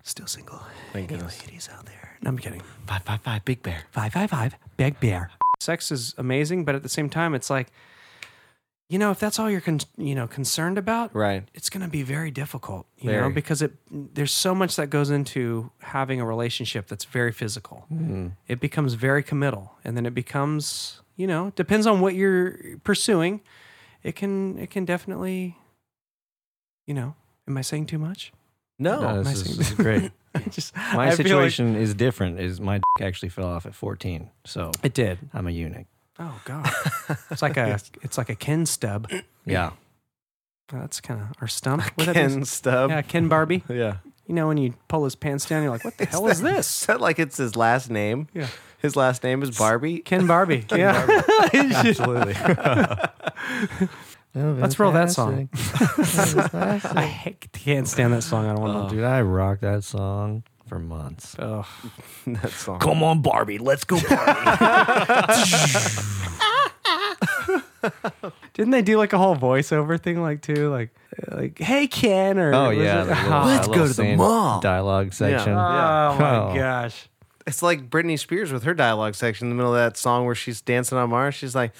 [SPEAKER 3] Still single.
[SPEAKER 2] Thank
[SPEAKER 3] Any
[SPEAKER 2] goodness.
[SPEAKER 3] ladies out there? No, I'm kidding.
[SPEAKER 2] Five five five. Big Bear.
[SPEAKER 3] Five five five. Big bear. Sex is amazing, but at the same time, it's like, you know, if that's all you're con- you know concerned about,
[SPEAKER 2] Right.
[SPEAKER 3] it's going to be very difficult, you know,
[SPEAKER 2] Very.
[SPEAKER 3] because it there's so much that goes into having a relationship that's very physical.
[SPEAKER 4] Mm-hmm.
[SPEAKER 3] It becomes very committal, and then it becomes, you know, depends on what you're pursuing. It can it can definitely, you know, am I saying too much?
[SPEAKER 2] No.
[SPEAKER 3] my
[SPEAKER 4] No, this, is,
[SPEAKER 3] sing-
[SPEAKER 4] this is great.
[SPEAKER 3] I just
[SPEAKER 4] My
[SPEAKER 3] I feel like-
[SPEAKER 4] situation is different. Is my dick actually fell off at 14, so
[SPEAKER 3] it did.
[SPEAKER 4] I'm a eunuch.
[SPEAKER 3] Oh god, it's like a it's like a Ken stub. Oh,
[SPEAKER 4] Yeah,
[SPEAKER 3] That's kind of our stump. What that
[SPEAKER 2] Ken
[SPEAKER 3] is?
[SPEAKER 2] Stubb.
[SPEAKER 3] yeah, Ken Barbie.
[SPEAKER 2] Yeah.
[SPEAKER 3] You know, when you pull his pants down, you're like, what the hell is this?
[SPEAKER 2] Sound like it's his last name.
[SPEAKER 3] Yeah.
[SPEAKER 2] His last name is Barbie.
[SPEAKER 3] Ken Barbie. yeah.
[SPEAKER 4] absolutely.
[SPEAKER 3] Let's roll that song. I heck can't stand that song. I don't want to do
[SPEAKER 4] Oh, Dude, I rocked that song for months.
[SPEAKER 3] that. Ugh.
[SPEAKER 2] that song.
[SPEAKER 4] Come on, Barbie, let's go. Barbie.
[SPEAKER 3] Didn't they do like a whole voiceover thing, like too, like like Hey Ken or
[SPEAKER 4] oh
[SPEAKER 3] was
[SPEAKER 4] yeah,
[SPEAKER 3] it-
[SPEAKER 4] the little-
[SPEAKER 3] Ah,
[SPEAKER 4] that
[SPEAKER 2] Let's
[SPEAKER 4] little
[SPEAKER 2] go to the
[SPEAKER 4] scene,
[SPEAKER 2] mall.
[SPEAKER 4] Dialogue section.
[SPEAKER 3] oh my
[SPEAKER 4] Oh.
[SPEAKER 3] gosh,
[SPEAKER 2] It's like Britney Spears with her dialogue section in the middle of that song where she's dancing on Mars. She's like,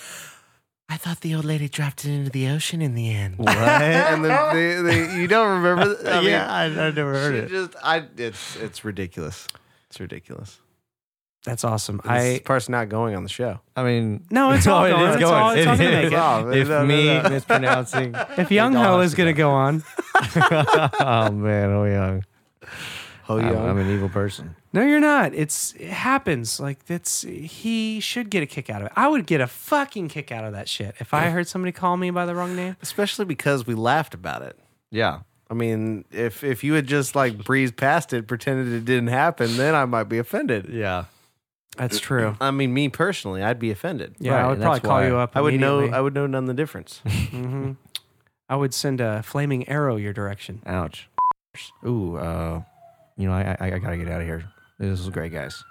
[SPEAKER 2] I thought the old lady dropped it into the ocean in the end. What? and then they, they, you don't remember? th- I mean,
[SPEAKER 4] I, I never
[SPEAKER 2] she Just, I, it's, it's ridiculous. It's ridiculous.
[SPEAKER 3] that's awesome.
[SPEAKER 2] I,
[SPEAKER 3] I
[SPEAKER 2] part's not going on the show.
[SPEAKER 4] I mean,
[SPEAKER 3] No, it's all going. It's all- it's all gonna make it.
[SPEAKER 2] Oh,
[SPEAKER 4] If
[SPEAKER 2] no, no,
[SPEAKER 4] me
[SPEAKER 2] no.
[SPEAKER 4] mispronouncing,
[SPEAKER 3] if Young
[SPEAKER 4] don't
[SPEAKER 3] Ho
[SPEAKER 4] have
[SPEAKER 3] is
[SPEAKER 4] to
[SPEAKER 3] gonna go on,
[SPEAKER 4] oh man, oh young,
[SPEAKER 2] Oh,
[SPEAKER 4] I'm, I'm
[SPEAKER 2] yeah.
[SPEAKER 4] an evil person.
[SPEAKER 3] no, you're not. It's it happens. Like that's he should get a kick out of it. I would get a fucking kick out of that shit if I heard somebody call me by the wrong name.
[SPEAKER 2] Especially because we laughed about it.
[SPEAKER 4] Yeah,
[SPEAKER 2] I mean, if if you had just like breezed past it, pretended it didn't happen, then I might be offended.
[SPEAKER 4] yeah.
[SPEAKER 3] That's true.
[SPEAKER 2] I mean, me personally, I'd be offended.
[SPEAKER 3] Yeah,
[SPEAKER 4] Right,
[SPEAKER 3] I would
[SPEAKER 4] and
[SPEAKER 3] probably
[SPEAKER 4] that's
[SPEAKER 3] call
[SPEAKER 4] why
[SPEAKER 3] you up.
[SPEAKER 2] I would know. uh,
[SPEAKER 3] immediately.
[SPEAKER 2] I would know none the difference.
[SPEAKER 3] hmm I would send a flaming arrow your direction.
[SPEAKER 4] Ouch. Ooh, uh, you know, I, I I gotta get out of here. This is great, guys.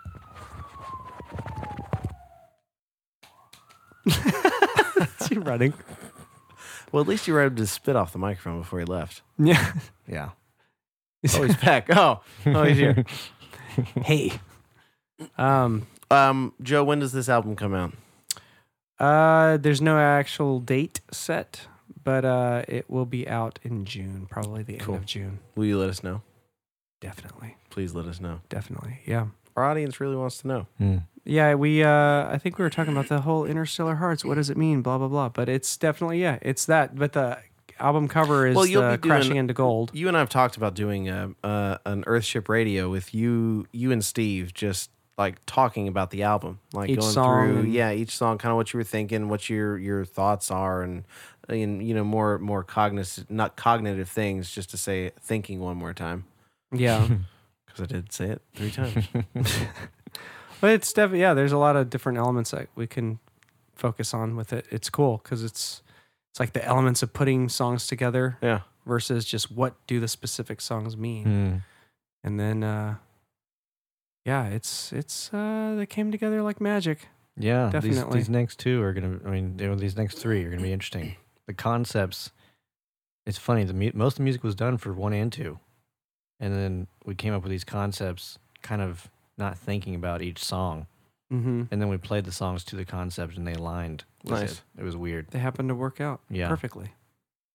[SPEAKER 3] Is he running?
[SPEAKER 2] Well, at least you were able to spit off the microphone before he left.
[SPEAKER 3] Yeah.
[SPEAKER 4] Yeah.
[SPEAKER 2] Oh, he's back. Oh, oh, he's here.
[SPEAKER 3] hey. Um.
[SPEAKER 2] Um, Joe, when does this album come out?
[SPEAKER 3] Uh. There's no actual date set, but uh, it will be out in June, probably the
[SPEAKER 2] Cool.
[SPEAKER 3] end of June.
[SPEAKER 2] Will you let us know?
[SPEAKER 3] Definitely.
[SPEAKER 2] Please let us know.
[SPEAKER 3] Definitely. Yeah.
[SPEAKER 2] Our audience really wants to know.
[SPEAKER 4] Hmm.
[SPEAKER 3] Yeah. We. Uh. I think we were talking about the whole interstellar hearts. What does it mean? Blah blah blah. But it's definitely yeah. It's that. But the album cover is
[SPEAKER 2] Well, you'll
[SPEAKER 3] the
[SPEAKER 2] be doing-
[SPEAKER 3] crashing into gold.
[SPEAKER 2] You and I have talked about doing a, uh, an Earthship Radio with you, you and Steve, just like talking about the album, like
[SPEAKER 3] Each
[SPEAKER 2] going
[SPEAKER 3] song
[SPEAKER 2] through,
[SPEAKER 3] and-
[SPEAKER 2] yeah, each song, kind of what you were thinking, what your your thoughts are, and and you know more more cognitive, not cognitive things, just to say thinking one more time
[SPEAKER 3] Yeah.
[SPEAKER 2] because I did say it three times.
[SPEAKER 3] But it's definitely yeah. There's a lot of different elements that we can focus on with it. It's cool because it's it's like the elements of putting songs together
[SPEAKER 2] yeah.
[SPEAKER 3] versus just what do the specific songs mean.
[SPEAKER 4] Hmm.
[SPEAKER 3] And then uh yeah, it's it's uh they came together like magic.
[SPEAKER 4] Yeah, These,
[SPEAKER 3] Definitely.
[SPEAKER 4] these next two are gonna. I mean, you know, these next three are gonna be interesting. The concepts. It's funny. The mu- most of the music was done for one and two, and then we came up with these concepts, kind of not thinking about each song,
[SPEAKER 3] Mm-hmm.
[SPEAKER 4] and then we played the songs to the concepts, and they aligned. with
[SPEAKER 2] Nice.
[SPEAKER 4] It. It was weird.
[SPEAKER 3] They happened to work out
[SPEAKER 4] Yeah.
[SPEAKER 3] perfectly.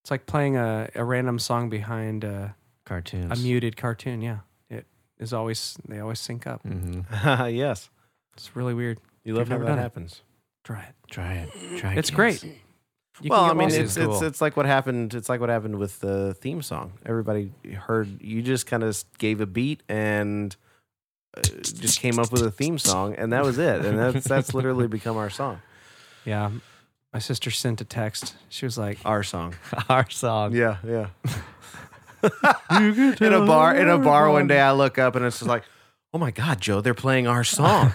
[SPEAKER 3] It's like playing a, a random song behind a, a
[SPEAKER 4] Cartoons.
[SPEAKER 3] muted cartoon. Yeah, it is always they always sync up.
[SPEAKER 4] hmm
[SPEAKER 2] yes.
[SPEAKER 3] It's really weird.
[SPEAKER 2] You love
[SPEAKER 3] You've
[SPEAKER 2] how
[SPEAKER 3] never
[SPEAKER 2] that
[SPEAKER 3] done it.
[SPEAKER 2] happens.
[SPEAKER 3] Try it.
[SPEAKER 4] Try it. Try it.
[SPEAKER 3] It's
[SPEAKER 4] kids.
[SPEAKER 3] great. You can
[SPEAKER 2] well,
[SPEAKER 3] get
[SPEAKER 2] I mean,
[SPEAKER 3] lost in
[SPEAKER 4] It
[SPEAKER 2] it's
[SPEAKER 4] is
[SPEAKER 2] it's
[SPEAKER 4] cool.
[SPEAKER 2] it's like what happened. It's like what happened with the theme song. Everybody heard you just kind of gave a beat and uh, just came up with a theme song, and that was it. And that's that's literally become our song.
[SPEAKER 3] Yeah. My sister sent a text. She was like,
[SPEAKER 2] Our song.
[SPEAKER 4] Our song.
[SPEAKER 2] Yeah, yeah. in a bar, in a bar one day, I look up and it's just like, oh my god, Joe, they're playing our song.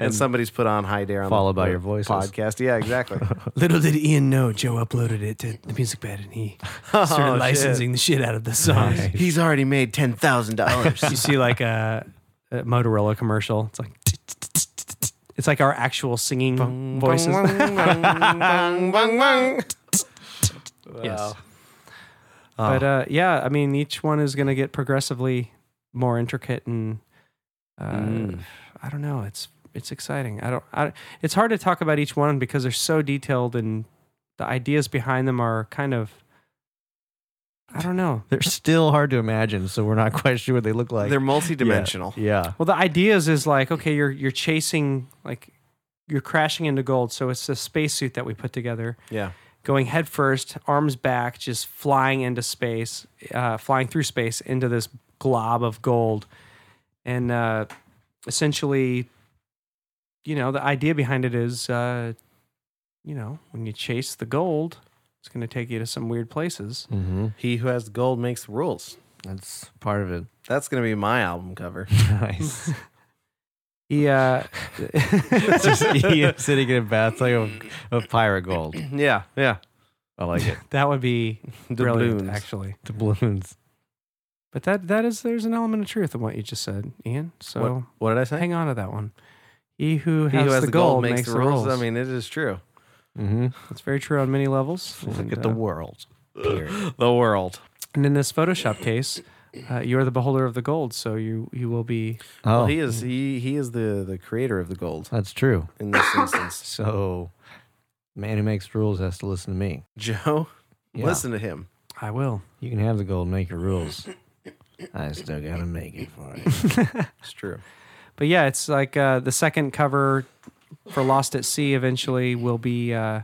[SPEAKER 2] and somebody's put on "Hi Dare" on
[SPEAKER 4] Followed
[SPEAKER 2] the,
[SPEAKER 4] by
[SPEAKER 2] the
[SPEAKER 4] your voices.
[SPEAKER 2] podcast. Yeah, exactly.
[SPEAKER 3] Little did Ian know, Joe uploaded it to the music bed, and he started
[SPEAKER 2] Oh, shit.
[SPEAKER 3] licensing the shit out of the song.
[SPEAKER 2] He's already made ten thousand dollars.
[SPEAKER 3] you see like a, a Motorola commercial. It's like it's like our actual singing voices. Yes.
[SPEAKER 4] Oh. Ah,
[SPEAKER 3] But uh, yeah, I mean, each one is going to get progressively more intricate, and uh, I don't know. It's it's exciting. I don't. I, it's hard to talk about each one because they're so detailed, and the ideas behind them are kind of. I don't know.
[SPEAKER 4] They're still hard to imagine, so we're not quite sure what they look like.
[SPEAKER 2] They're multidimensional.
[SPEAKER 4] Yeah.
[SPEAKER 3] Well, the ideas is like okay, you're you're chasing like you're crashing into gold, so it's the spacesuit that we put together.
[SPEAKER 2] Yeah.
[SPEAKER 3] going head first, arms back, just flying into space, uh, flying through space into this glob of gold. And uh, essentially, you know, the idea behind it is, uh, you know, when you chase the gold, it's going to take you to some weird places.
[SPEAKER 4] Mm-hmm.
[SPEAKER 2] He who has the gold makes the rules.
[SPEAKER 4] That's part of it.
[SPEAKER 2] That's gonna be my album cover.
[SPEAKER 4] nice.
[SPEAKER 3] Yeah.
[SPEAKER 4] It's just Ian sitting in a bathtub of, of pirate gold.
[SPEAKER 2] Yeah, yeah.
[SPEAKER 4] I like it.
[SPEAKER 3] that would be brilliant,
[SPEAKER 2] Doubloons.
[SPEAKER 3] actually.
[SPEAKER 4] Doubloons.
[SPEAKER 3] But that that is there's an element of truth in what you just said, Ian. So
[SPEAKER 2] What, what did I say?
[SPEAKER 3] hang on to that one. He who has,
[SPEAKER 2] he who has
[SPEAKER 3] the, gold, makes, the rules.
[SPEAKER 2] I mean, it is true.
[SPEAKER 4] Mm-hmm.
[SPEAKER 3] It's very true on many levels.
[SPEAKER 4] Look
[SPEAKER 3] and,
[SPEAKER 4] at Oh, the
[SPEAKER 3] uh,
[SPEAKER 4] world. Period.
[SPEAKER 2] The world.
[SPEAKER 3] and in this Photoshop case, uh, you are the beholder of the gold, so you you will be.
[SPEAKER 4] Oh,
[SPEAKER 2] Well, he is he he is the the creator of the gold
[SPEAKER 4] that's true.
[SPEAKER 2] in this instance.
[SPEAKER 4] So, man who makes rules has to listen to me.
[SPEAKER 2] Joe,
[SPEAKER 4] Yeah.
[SPEAKER 2] listen to him.
[SPEAKER 3] I will.
[SPEAKER 4] You can have the gold, make your rules. I still gotta make it for you.
[SPEAKER 2] It's true.
[SPEAKER 3] But yeah, it's like uh, the second cover for Lost at Sea. Eventually, will be. Uh,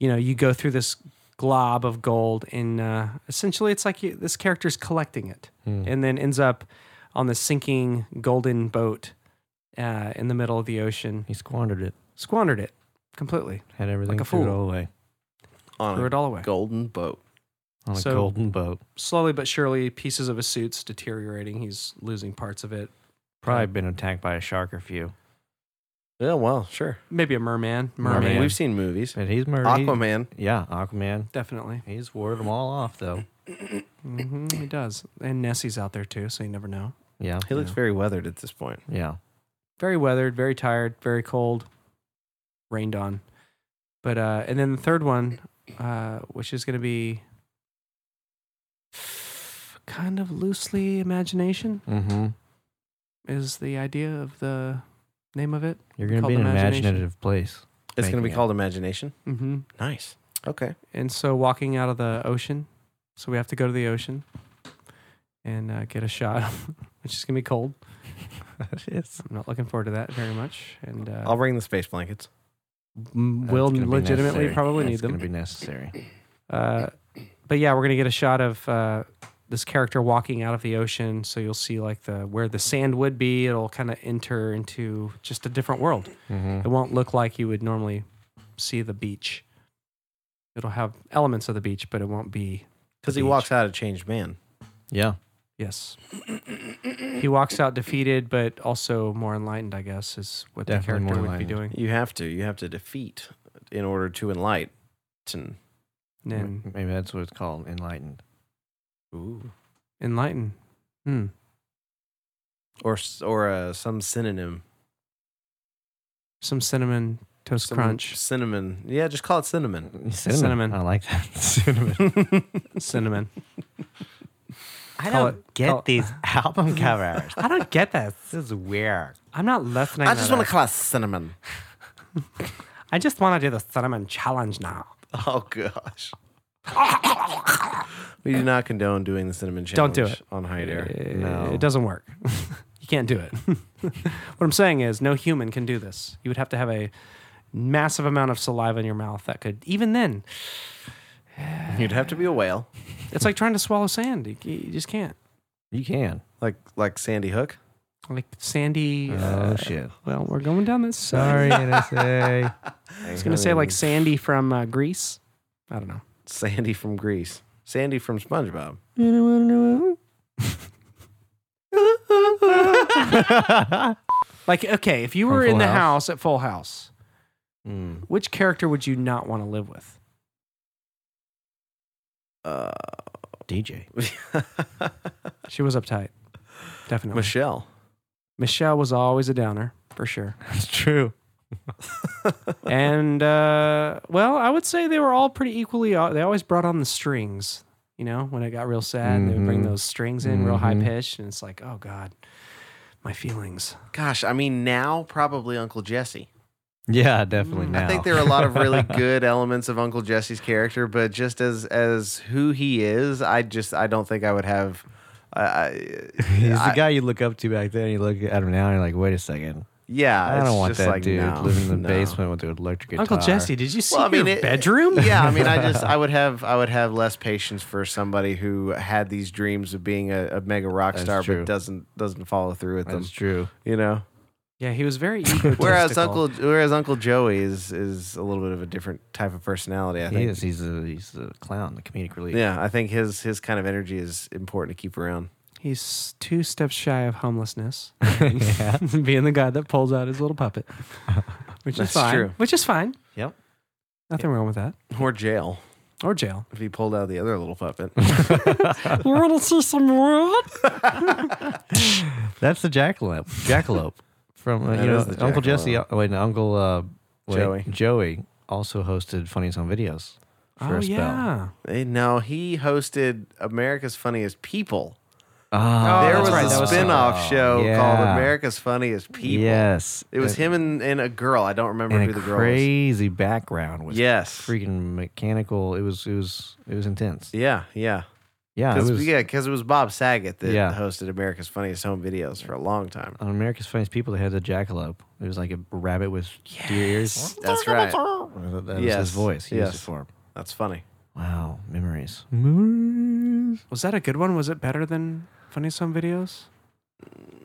[SPEAKER 3] you know, you go through this glob of gold, and uh, essentially, it's like you, this character's collecting it,
[SPEAKER 4] Hmm.
[SPEAKER 3] and then ends up on the sinking golden boat uh, in the middle of the ocean.
[SPEAKER 4] He squandered it.
[SPEAKER 3] Squandered it completely,
[SPEAKER 4] Had everything
[SPEAKER 3] Like a
[SPEAKER 4] threw it
[SPEAKER 3] fool.
[SPEAKER 4] all away
[SPEAKER 2] On
[SPEAKER 3] threw
[SPEAKER 2] a
[SPEAKER 3] it all away.
[SPEAKER 2] golden boat.
[SPEAKER 4] on a
[SPEAKER 3] So-
[SPEAKER 4] golden boat.
[SPEAKER 3] slowly but surely pieces of his suit's deteriorating he's losing parts of it
[SPEAKER 4] Probably been attacked by a shark or few.
[SPEAKER 2] Yeah, well, sure.
[SPEAKER 3] maybe a merman
[SPEAKER 2] I
[SPEAKER 3] merman
[SPEAKER 2] mean,
[SPEAKER 4] Merman.
[SPEAKER 2] we've seen movies.
[SPEAKER 4] And he's murdered.
[SPEAKER 2] Aquaman.
[SPEAKER 4] yeah, Aquaman.
[SPEAKER 3] definitely
[SPEAKER 4] He's warded them all off though.
[SPEAKER 3] hmm he does and nessie's out there too so you never know
[SPEAKER 4] Yeah.
[SPEAKER 2] He looks very weathered at this point.
[SPEAKER 4] Yeah.
[SPEAKER 3] very weathered very tired very cold rained on but uh and then the third one uh which is gonna be kind of loosely imagination
[SPEAKER 4] Mm-hmm.
[SPEAKER 3] is the idea of the name of it
[SPEAKER 4] You're gonna
[SPEAKER 3] Called
[SPEAKER 4] be in an
[SPEAKER 3] imagination.
[SPEAKER 4] imaginative place.
[SPEAKER 2] It's going to
[SPEAKER 4] Making
[SPEAKER 2] be
[SPEAKER 4] it.
[SPEAKER 2] called Imagination.
[SPEAKER 3] mm-hmm
[SPEAKER 2] Nice. Okay.
[SPEAKER 3] and so walking out of the ocean so we have to go to the ocean and uh, get a shot which is going to be cold
[SPEAKER 4] it's
[SPEAKER 3] i'm not looking forward to that very much and uh,
[SPEAKER 2] I'll bring the space blankets.
[SPEAKER 3] m- will legitimately probably need
[SPEAKER 4] It's
[SPEAKER 3] them
[SPEAKER 4] gonna be necessary.
[SPEAKER 3] uh, but yeah we're going to get a shot of uh, this character walking out of the ocean so you'll see like the where the sand would be it'll kind of enter into just a different world
[SPEAKER 4] Mm-hmm.
[SPEAKER 3] it won't look like you would normally see the beach it'll have elements of the beach but it won't be
[SPEAKER 2] Because he
[SPEAKER 3] Beach.
[SPEAKER 2] walks out a changed man.
[SPEAKER 4] Yeah.
[SPEAKER 3] Yes. he walks out defeated, but also more enlightened, I guess, is what
[SPEAKER 4] Definitely
[SPEAKER 3] the
[SPEAKER 4] more
[SPEAKER 3] character would be
[SPEAKER 4] enlightened.
[SPEAKER 3] doing.
[SPEAKER 2] You have to. You have to defeat in order to enlighten.
[SPEAKER 3] And
[SPEAKER 4] Maybe that's what it's called. Enlightened.
[SPEAKER 2] Ooh.
[SPEAKER 3] enlighten. Hmm.
[SPEAKER 2] Or s- or uh, some synonym.
[SPEAKER 3] Some cinnamon toast
[SPEAKER 2] Some
[SPEAKER 3] crunch.
[SPEAKER 2] Cinnamon. Yeah, just call it cinnamon.
[SPEAKER 4] Cinnamon.
[SPEAKER 3] Cinnamon.
[SPEAKER 4] I like that. Cinnamon.
[SPEAKER 3] cinnamon.
[SPEAKER 4] I
[SPEAKER 3] Call don't it- get call it-
[SPEAKER 4] these album covers.
[SPEAKER 3] I don't get that.
[SPEAKER 4] this is weird.
[SPEAKER 3] I'm not left
[SPEAKER 2] I just want to call it cinnamon.
[SPEAKER 3] I just want to do the cinnamon challenge now.
[SPEAKER 2] Oh gosh. we do not condone doing the cinnamon
[SPEAKER 3] Don't
[SPEAKER 2] challenge.
[SPEAKER 3] do
[SPEAKER 2] on high air.
[SPEAKER 4] No.
[SPEAKER 3] It doesn't work. you can't do it. what I'm saying is, no human can do this. You would have to have a massive amount of saliva in your mouth that could, even then,
[SPEAKER 2] You'd have to be a whale,
[SPEAKER 3] it's like trying to swallow sand. You, you just can't.
[SPEAKER 4] You can.
[SPEAKER 2] like like Sandy Hook.
[SPEAKER 3] Like sandy. uh,
[SPEAKER 4] Oh shit.
[SPEAKER 3] Well, we're going down this.
[SPEAKER 4] Sorry, NSA.
[SPEAKER 2] I was
[SPEAKER 3] It's gonna say like Sandy from uh, Greece. I don't know.
[SPEAKER 2] Sandy from Greece. Sandy from SpongeBob.
[SPEAKER 3] Like, okay, if you
[SPEAKER 4] From
[SPEAKER 3] were in
[SPEAKER 4] Full
[SPEAKER 3] the
[SPEAKER 4] House?
[SPEAKER 3] house at Full House,
[SPEAKER 4] Mm.
[SPEAKER 3] which character would you not want to live with?
[SPEAKER 4] DJ.
[SPEAKER 3] She was uptight. Definitely.
[SPEAKER 2] Michelle.
[SPEAKER 3] Michelle was always a downer, for sure.
[SPEAKER 4] That's true.
[SPEAKER 3] and, uh, well, I would say they were all pretty equally, uh, they always brought on the strings, you know, when it got real sad, they would bring
[SPEAKER 2] Mm-hmm.
[SPEAKER 4] Mhm.
[SPEAKER 3] those strings in real high
[SPEAKER 4] Mhm.
[SPEAKER 3] pitched, and it's like, oh, God, my feelings.
[SPEAKER 2] Gosh, I mean, now probably Uncle Jesse.
[SPEAKER 4] Yeah, definitely.
[SPEAKER 2] I think there are a lot of really good elements of Uncle Jesse's character, but just as as who he is, I just I don't think I would have. I I-
[SPEAKER 4] He's the
[SPEAKER 2] I-
[SPEAKER 4] guy you look up to back then. You look at him now, and you're like, "Wait a second,
[SPEAKER 2] yeah,
[SPEAKER 4] I
[SPEAKER 2] Uh, it's
[SPEAKER 4] don't want
[SPEAKER 2] just
[SPEAKER 4] that
[SPEAKER 2] like,
[SPEAKER 4] dude
[SPEAKER 2] no,
[SPEAKER 4] living in the
[SPEAKER 2] no.
[SPEAKER 4] basement with the electric guitar."
[SPEAKER 3] Uncle Jesse, did you see
[SPEAKER 2] Well, I mean,
[SPEAKER 3] your
[SPEAKER 2] it-
[SPEAKER 3] bedroom?
[SPEAKER 2] yeah, I mean, I just I would have I would have less patience for somebody who had these dreams of being a, a mega rock
[SPEAKER 4] That's
[SPEAKER 2] star,
[SPEAKER 4] true.
[SPEAKER 2] but doesn't doesn't follow through with them.
[SPEAKER 4] That's true.
[SPEAKER 2] You know.
[SPEAKER 3] Yeah, he was very egotistical.
[SPEAKER 2] Whereas Uncle Whereas Uncle Joey is is a little bit of a different type of personality. I
[SPEAKER 4] He
[SPEAKER 2] think.
[SPEAKER 4] is. He's a he's a clown, the comedic relief.
[SPEAKER 2] Yeah, I think his his kind of energy is important to keep around.
[SPEAKER 3] He's two steps shy of homelessness,
[SPEAKER 4] Yeah.
[SPEAKER 3] being the guy that pulls out his little puppet, which
[SPEAKER 2] That's
[SPEAKER 3] is fine.
[SPEAKER 2] true.
[SPEAKER 3] Which is fine.
[SPEAKER 4] Yep.
[SPEAKER 3] Nothing wrong with that.
[SPEAKER 2] Or jail
[SPEAKER 3] Or jail.
[SPEAKER 2] if he pulled out the other little puppet.
[SPEAKER 3] you want to see some wood?
[SPEAKER 4] That's the jackalope. Jackalope from uh,
[SPEAKER 2] That
[SPEAKER 4] you know
[SPEAKER 2] is the
[SPEAKER 4] Uncle Jesse.
[SPEAKER 2] jackalope.
[SPEAKER 4] uh, Wait, no, Uncle uh, wait,
[SPEAKER 2] Joey.
[SPEAKER 4] Joey also hosted Funniest Home Videos for
[SPEAKER 3] Oh
[SPEAKER 4] a spell.
[SPEAKER 3] yeah.
[SPEAKER 2] Eh, no, he hosted America's Funniest People.
[SPEAKER 4] Ah,
[SPEAKER 2] there
[SPEAKER 3] that's
[SPEAKER 2] was
[SPEAKER 3] right,
[SPEAKER 2] a
[SPEAKER 3] that was something.
[SPEAKER 2] spin-off show called
[SPEAKER 4] Oh, Yeah.
[SPEAKER 2] America's Funniest People.
[SPEAKER 4] Yes,
[SPEAKER 2] It was
[SPEAKER 4] And-
[SPEAKER 2] him and, and a girl. I don't remember
[SPEAKER 4] And
[SPEAKER 2] who
[SPEAKER 4] a
[SPEAKER 2] the girl
[SPEAKER 4] crazy background
[SPEAKER 2] was.
[SPEAKER 4] was
[SPEAKER 2] Yes.
[SPEAKER 4] freaking mechanical. It was it was it was intense.
[SPEAKER 2] Yeah, yeah.
[SPEAKER 4] Yeah, Ah, it
[SPEAKER 2] Cause,
[SPEAKER 4] was
[SPEAKER 2] yeah, 'cause it was Bob Saget that
[SPEAKER 4] Yeah.
[SPEAKER 2] hosted America's Funniest Home Videos for a long time.
[SPEAKER 4] on America's Funniest People. They had the jackalope. It was like a rabbit with deer ears.
[SPEAKER 2] That's right.
[SPEAKER 4] That that was
[SPEAKER 2] Yes,
[SPEAKER 4] his voice. He used it
[SPEAKER 2] yes.
[SPEAKER 4] for him.
[SPEAKER 2] That's funny.
[SPEAKER 4] Wow, memories. Memories.
[SPEAKER 3] Was that a good one? Was it better than Funny Some Videos?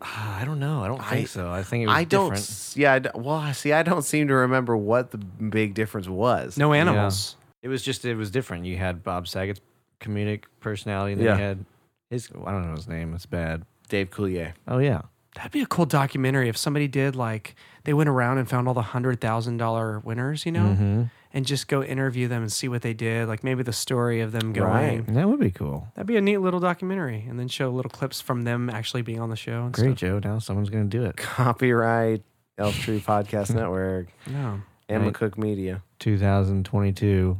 [SPEAKER 4] Ah, I don't know. I don't
[SPEAKER 2] I-
[SPEAKER 4] think so. I think it was
[SPEAKER 2] I don't.
[SPEAKER 4] different.
[SPEAKER 2] s- Yeah. I d well, I see. I don't seem to remember what the big difference was.
[SPEAKER 3] No animals.
[SPEAKER 4] It was just it was different. You had Bob Saget's comedic personality, and then you
[SPEAKER 2] Yeah.
[SPEAKER 4] had his. I don't know his name. It's bad.
[SPEAKER 2] Dave Coulier.
[SPEAKER 4] Oh yeah.
[SPEAKER 3] That'd be a cool documentary if somebody did like they went around and found all the hundred thousand dollar winners, you know,
[SPEAKER 4] Mm-hmm.
[SPEAKER 3] and just go interview them and see what they did. Like maybe the story of them going.
[SPEAKER 2] Right.
[SPEAKER 4] That would be cool.
[SPEAKER 3] That'd be a neat little documentary, and then show little clips from them actually being on the show. And
[SPEAKER 4] Great, Joe. Now someone's gonna do it.
[SPEAKER 2] Copyright Elf Tree Podcast Network.
[SPEAKER 3] Stuff. No.
[SPEAKER 2] Emma
[SPEAKER 4] Right.
[SPEAKER 2] Cook Media.
[SPEAKER 4] 2022,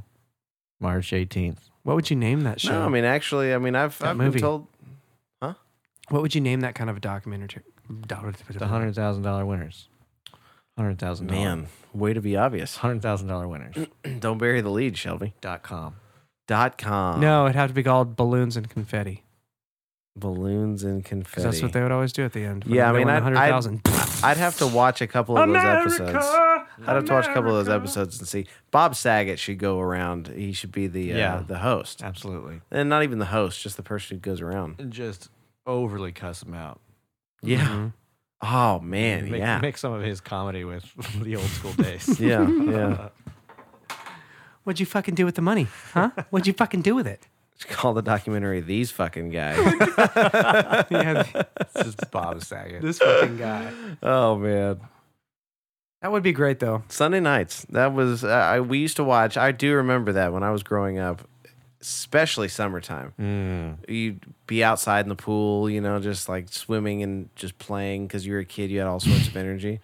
[SPEAKER 4] March 18th.
[SPEAKER 3] What would you name that show?
[SPEAKER 2] No, I mean actually, I mean I've
[SPEAKER 3] That
[SPEAKER 2] I've
[SPEAKER 3] movie.
[SPEAKER 2] been told
[SPEAKER 3] what would you name that kind of a documentary? doc-
[SPEAKER 4] The hundred thousand dollar winners. Hundred thousand.
[SPEAKER 2] way to be obvious.
[SPEAKER 4] Hundred thousand dollar winners.
[SPEAKER 2] Don't bury the lead, Shelby.
[SPEAKER 4] dot com.
[SPEAKER 2] Dot com.
[SPEAKER 3] No, it'd have to be called Balloons and Confetti
[SPEAKER 2] balloons and
[SPEAKER 3] because
[SPEAKER 2] confetti.
[SPEAKER 3] that's what they would always do at the end.
[SPEAKER 2] Yeah, I
[SPEAKER 3] Whenever they
[SPEAKER 2] mean,
[SPEAKER 3] won the
[SPEAKER 2] I'd- I'd-
[SPEAKER 3] 100,000.
[SPEAKER 2] I'd have to watch a couple of those episodes. I'd have to watch a couple of those
[SPEAKER 3] America.
[SPEAKER 2] episodes and see. Bob Saget should go around. He should be the uh,
[SPEAKER 4] Yeah.
[SPEAKER 2] the host,
[SPEAKER 4] Absolutely.
[SPEAKER 2] and not even the host, just the person who goes around.
[SPEAKER 4] Just overly cuss him out.
[SPEAKER 2] Yeah.
[SPEAKER 3] Mhm.
[SPEAKER 2] Oh man.
[SPEAKER 4] Make,
[SPEAKER 2] yeah.
[SPEAKER 4] Make some of his comedy with the old school days.
[SPEAKER 2] Yeah. Yeah.
[SPEAKER 3] What'd you fucking do with the money? Huh? What'd you fucking do with it?
[SPEAKER 2] Just call the documentary "These Fucking Guys."
[SPEAKER 3] Yeah,
[SPEAKER 4] It's just Bob Saget.
[SPEAKER 3] this fucking guy.
[SPEAKER 2] oh man.
[SPEAKER 3] That would be great though.
[SPEAKER 2] Sunday nights. That was uh, I. We used to watch. I do remember that when I was growing up, especially summertime.
[SPEAKER 4] Mm.
[SPEAKER 2] You'd be outside in the pool, you know, just like swimming and just playing because you were a kid. You had all sorts of energy.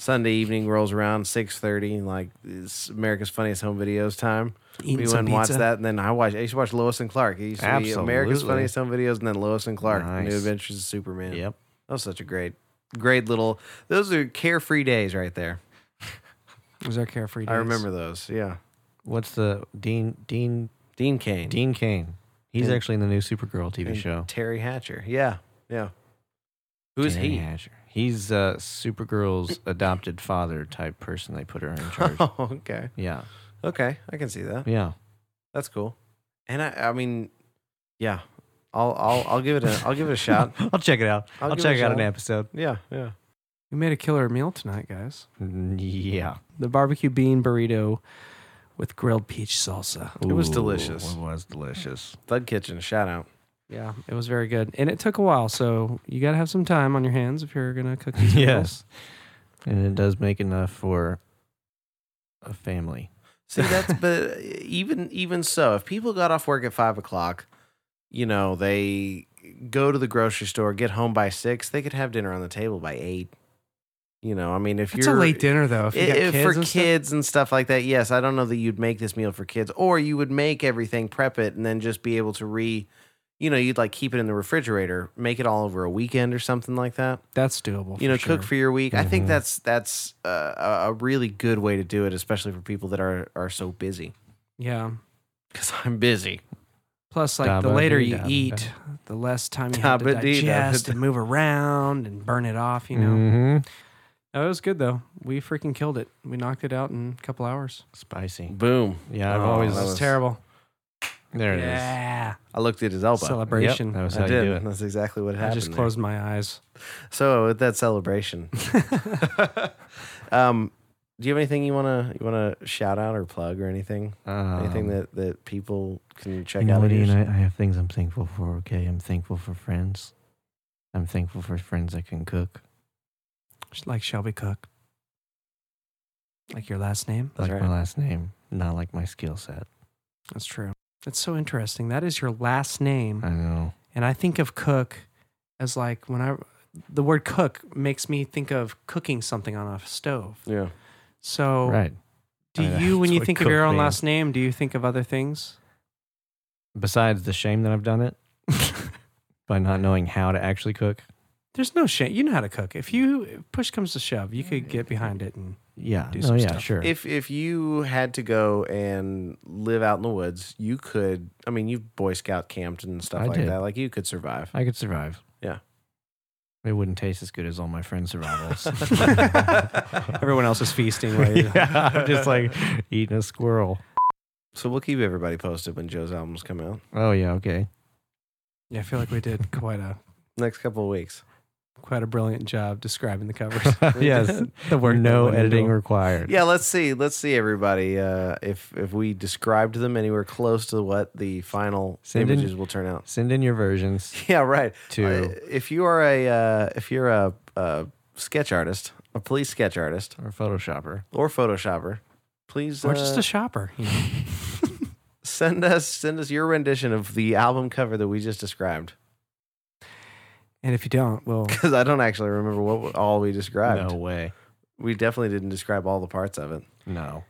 [SPEAKER 2] Sunday evening rolls around six thirty, like it's America's Funniest Home Videos time.
[SPEAKER 3] Eating
[SPEAKER 2] we went
[SPEAKER 3] some
[SPEAKER 2] and watched
[SPEAKER 3] pizza.
[SPEAKER 2] that, and then I watched. I used to watch Lois and Clark. It used to be America's
[SPEAKER 4] Absolutely.
[SPEAKER 2] Funniest Home Videos, and then Lois and Clark: The
[SPEAKER 4] Nice.
[SPEAKER 2] New Adventures of Superman.
[SPEAKER 4] Yep.
[SPEAKER 2] that was such a great, great little. Those are carefree days right there.
[SPEAKER 3] It was our carefree days.
[SPEAKER 2] I remember those. Yeah.
[SPEAKER 4] What's the Dean Dean
[SPEAKER 2] Dean Kane.
[SPEAKER 4] Dean Kane? He's
[SPEAKER 2] And-
[SPEAKER 4] actually in the new Supergirl TV
[SPEAKER 2] and
[SPEAKER 4] show.
[SPEAKER 2] Terry Hatcher. Yeah. Yeah. Who's
[SPEAKER 4] Terry
[SPEAKER 2] he?
[SPEAKER 4] Hatcher. He's uh, Supergirl's adopted father type person. They put her in charge.
[SPEAKER 2] Oh, okay.
[SPEAKER 4] yeah,
[SPEAKER 2] Okay. I can see that.
[SPEAKER 4] yeah.
[SPEAKER 2] That's cool. And I I mean, yeah. I'll I'll I'll give it a I'll give it a shot.
[SPEAKER 4] I'll check it out.
[SPEAKER 2] I'll
[SPEAKER 4] I'll,
[SPEAKER 2] give it
[SPEAKER 4] check
[SPEAKER 2] a
[SPEAKER 4] out an
[SPEAKER 2] shot.
[SPEAKER 4] episode.
[SPEAKER 2] Yeah, yeah.
[SPEAKER 3] We made a killer meal tonight, guys.
[SPEAKER 4] Yeah,
[SPEAKER 3] The barbecue bean burrito with grilled peach salsa.
[SPEAKER 2] It was delicious.
[SPEAKER 4] It was delicious.
[SPEAKER 2] Thud Kitchen, shout out.
[SPEAKER 3] Yeah, it was very good, and it took a while. So you got to have some time on your hands if you're gonna cook these meals.
[SPEAKER 4] Yes. and it does make enough for a family.
[SPEAKER 2] See, that's but e, even even so, if people got off work at five o'clock, you know, they go to the grocery store, get home by six, they could have dinner on the table by eight. You know, I mean, if
[SPEAKER 3] It's a
[SPEAKER 2] you're
[SPEAKER 3] late dinner though. If you got
[SPEAKER 2] I- I-
[SPEAKER 3] kids
[SPEAKER 2] for
[SPEAKER 3] and stuff.
[SPEAKER 2] kids and stuff like that, yes, I don't know that you'd make this meal for kids, or you would make everything, prep it, and then just be able to re, you know, you'd like keep it in the refrigerator, make it all over a weekend or something like that.
[SPEAKER 3] that's doable.
[SPEAKER 2] You know, cook
[SPEAKER 3] Oh, sure. Mm-hmm.
[SPEAKER 2] for your week. I think that's that's uh, a a really good way to do it, especially for people that are are so busy.
[SPEAKER 3] yeah.
[SPEAKER 2] Because I'm busy.
[SPEAKER 3] Plus, like the
[SPEAKER 4] Dabba
[SPEAKER 3] later
[SPEAKER 4] dee
[SPEAKER 3] you
[SPEAKER 4] dabba
[SPEAKER 3] eat,
[SPEAKER 4] da.
[SPEAKER 3] the less time you have to
[SPEAKER 2] Dabba dee dabba
[SPEAKER 3] digest
[SPEAKER 2] da.
[SPEAKER 3] and move around and burn it off. You know,
[SPEAKER 4] Mm-hmm.
[SPEAKER 3] No, it was good though. We freaking killed it. We knocked it out in a couple hours.
[SPEAKER 4] Spicy.
[SPEAKER 2] Boom.
[SPEAKER 4] Yeah, I've
[SPEAKER 2] Oh,
[SPEAKER 4] always.
[SPEAKER 2] that
[SPEAKER 3] This is
[SPEAKER 2] was-
[SPEAKER 3] terrible.
[SPEAKER 4] there it is.
[SPEAKER 3] yeah,
[SPEAKER 2] I looked at his elbow.
[SPEAKER 3] celebration.
[SPEAKER 4] That was how
[SPEAKER 2] I
[SPEAKER 4] you do
[SPEAKER 2] did.
[SPEAKER 4] it.
[SPEAKER 2] That's exactly what
[SPEAKER 3] I
[SPEAKER 2] happened.
[SPEAKER 3] just
[SPEAKER 2] there.
[SPEAKER 3] closed my eyes.
[SPEAKER 2] So with that celebration, um, do you have anything you wanna you wanna shout out or plug or anything? anything
[SPEAKER 4] Um,
[SPEAKER 2] that that people can check
[SPEAKER 4] You know
[SPEAKER 2] out?
[SPEAKER 4] what,
[SPEAKER 2] of yours?
[SPEAKER 4] Ian, I, I have things I'm thankful for. Okay, I'm thankful for friends. I'm thankful for friends that can cook,
[SPEAKER 3] Just like Shelby Cook. Like your last name?
[SPEAKER 2] That's
[SPEAKER 4] like
[SPEAKER 2] right.
[SPEAKER 4] my last name, not like my skill set.
[SPEAKER 3] That's true. That's so interesting. That is your last name.
[SPEAKER 4] I know.
[SPEAKER 3] And I think of cook as like when I, the word cook makes me think of cooking something on a stove.
[SPEAKER 2] yeah.
[SPEAKER 3] So
[SPEAKER 4] Right.
[SPEAKER 3] Oh, do
[SPEAKER 4] I-
[SPEAKER 3] you, when
[SPEAKER 4] that's
[SPEAKER 3] you
[SPEAKER 4] what
[SPEAKER 3] think of
[SPEAKER 4] cook
[SPEAKER 3] your own
[SPEAKER 4] means.
[SPEAKER 3] last name, do you think of other things?
[SPEAKER 4] Besides the shame that I've done it by not knowing how to actually cook.
[SPEAKER 3] There's no shame. You know how to cook. If you if push comes to shove, you could get behind it. And
[SPEAKER 4] Yeah.
[SPEAKER 3] Do
[SPEAKER 4] oh,
[SPEAKER 3] some
[SPEAKER 4] yeah,
[SPEAKER 3] stuff.
[SPEAKER 4] sure.
[SPEAKER 2] If if you had to go and live out in the woods, you could. I mean, you've Boy Scout camped and stuff
[SPEAKER 4] I
[SPEAKER 2] like
[SPEAKER 4] did.
[SPEAKER 2] that. Like you could survive.
[SPEAKER 4] I could survive.
[SPEAKER 2] Yeah.
[SPEAKER 4] It wouldn't taste as good as all my friends' survivals.
[SPEAKER 3] everyone else is feasting. While you're-
[SPEAKER 4] yeah, I'm just like eating a squirrel.
[SPEAKER 2] So we'll keep everybody posted when Joe's albums come out
[SPEAKER 4] Oh yeah, okay.
[SPEAKER 3] yeah, I feel like we did quite a
[SPEAKER 2] next couple of weeks.
[SPEAKER 3] quite a brilliant job describing the covers.
[SPEAKER 4] yes,
[SPEAKER 3] the work that
[SPEAKER 4] no
[SPEAKER 3] went into
[SPEAKER 4] editing
[SPEAKER 3] them.
[SPEAKER 4] required.
[SPEAKER 2] Yeah, let's see. Let's see everybody. Uh, if if we described them anywhere close to what the final
[SPEAKER 4] Send in-
[SPEAKER 2] images will turn out.
[SPEAKER 4] Send in your versions.
[SPEAKER 2] Yeah, right.
[SPEAKER 4] To-
[SPEAKER 2] Uh, if you are a uh, if you're a, a sketch artist, a police sketch artist,
[SPEAKER 4] or Photoshopper.
[SPEAKER 2] or Photoshopper, please
[SPEAKER 3] Or just
[SPEAKER 2] uh,
[SPEAKER 3] a shopper. You know?
[SPEAKER 2] send us send us your rendition of the album cover that we just described.
[SPEAKER 3] And if you don't, well,
[SPEAKER 2] Because I don't actually remember what all we described.
[SPEAKER 4] No way.
[SPEAKER 2] We definitely didn't describe all the parts of it.
[SPEAKER 4] No.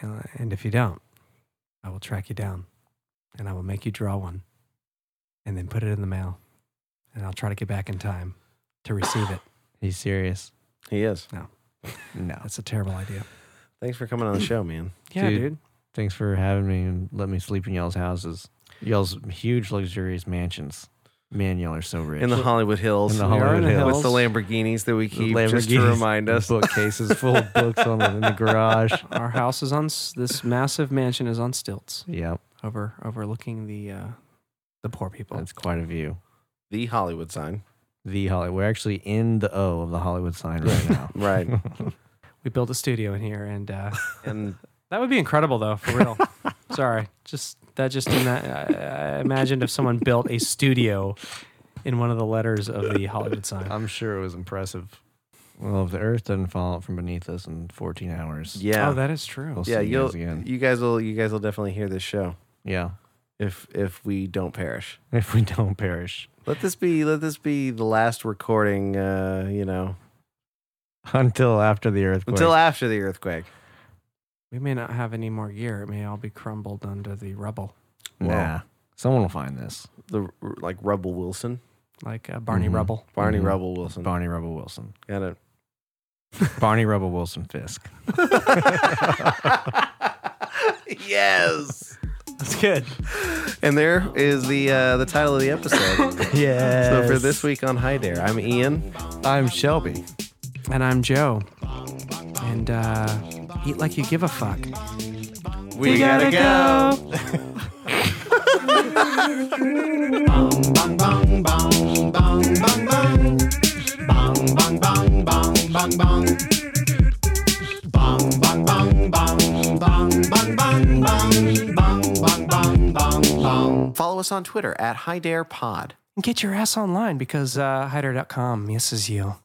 [SPEAKER 3] and if you don't, I will track you down and I will make you draw one and then put it in the mail. And I'll try to get back in time to receive it.
[SPEAKER 4] He's serious.
[SPEAKER 2] He is.
[SPEAKER 4] No.
[SPEAKER 3] That's a terrible idea.
[SPEAKER 2] Thanks for coming on the show, man.
[SPEAKER 3] Yeah, dude.
[SPEAKER 4] Dude. Thanks for having me and let me sleep in y'all's houses. Y'all's huge luxurious mansions. Man, y'all are so rich.
[SPEAKER 2] In the Hollywood Hills.
[SPEAKER 4] In the We are Hollywood in the
[SPEAKER 2] With
[SPEAKER 4] Hills.
[SPEAKER 2] the Lamborghinis that we
[SPEAKER 4] The
[SPEAKER 2] keep just to
[SPEAKER 4] Lamborghinis,
[SPEAKER 2] remind us.
[SPEAKER 4] the bookcases full of books on the, in the garage.
[SPEAKER 3] Our house is on s- this massive mansion is on stilts
[SPEAKER 4] Yep,
[SPEAKER 3] over overlooking the uh, the poor
[SPEAKER 2] Oh.
[SPEAKER 3] people.
[SPEAKER 4] that's quite a view.
[SPEAKER 2] The Hollywood sign.
[SPEAKER 4] The Hollywood. We're actually in the O of the Hollywood sign right now.
[SPEAKER 2] Right.
[SPEAKER 3] we built a studio in here and uh,
[SPEAKER 2] and
[SPEAKER 3] That would be incredible, though, for real. Sorry, just that just ima- I, I imagined if someone built a studio in one of the letters of the Hollywood sign.
[SPEAKER 4] I'm sure it was impressive. Well, if the Earth doesn't fall out from beneath us in 14 hours,
[SPEAKER 2] yeah.
[SPEAKER 3] Oh, that is true.
[SPEAKER 4] we'll
[SPEAKER 2] yeah,
[SPEAKER 4] see you
[SPEAKER 2] you'll
[SPEAKER 4] guys again.
[SPEAKER 2] you guys will you guys will definitely hear this show
[SPEAKER 4] Yeah,
[SPEAKER 2] if if we don't perish.
[SPEAKER 4] if we don't perish,
[SPEAKER 2] Let this be let this be the last recording uh, you know,
[SPEAKER 4] until after the earthquake.
[SPEAKER 2] until after the earthquake.
[SPEAKER 3] We may not have any more gear. It may all be crumbled under the rubble,
[SPEAKER 4] nah, someone will find this.
[SPEAKER 2] the like Rebel Wilson,
[SPEAKER 3] like uh, Barney
[SPEAKER 4] Mhm.
[SPEAKER 3] Rubble.
[SPEAKER 2] Barney
[SPEAKER 4] Mhm.
[SPEAKER 2] Rebel Wilson.
[SPEAKER 4] Barney Rebel Wilson.
[SPEAKER 2] Got it.
[SPEAKER 4] Barney Rebel Wilson Fisk.
[SPEAKER 2] yes.
[SPEAKER 3] That's good.
[SPEAKER 2] And there is the uh, the title of the episode.
[SPEAKER 4] Yeah.
[SPEAKER 2] so for this week on Hi Dare, I'm Ian.
[SPEAKER 4] I'm Shelby.
[SPEAKER 3] And I'm Joe. And uh, eat like you give a fuck.
[SPEAKER 2] We, Follow us on Twitter at Hi Dare Pod.
[SPEAKER 3] Get your ass online because uh, hider.com misses you.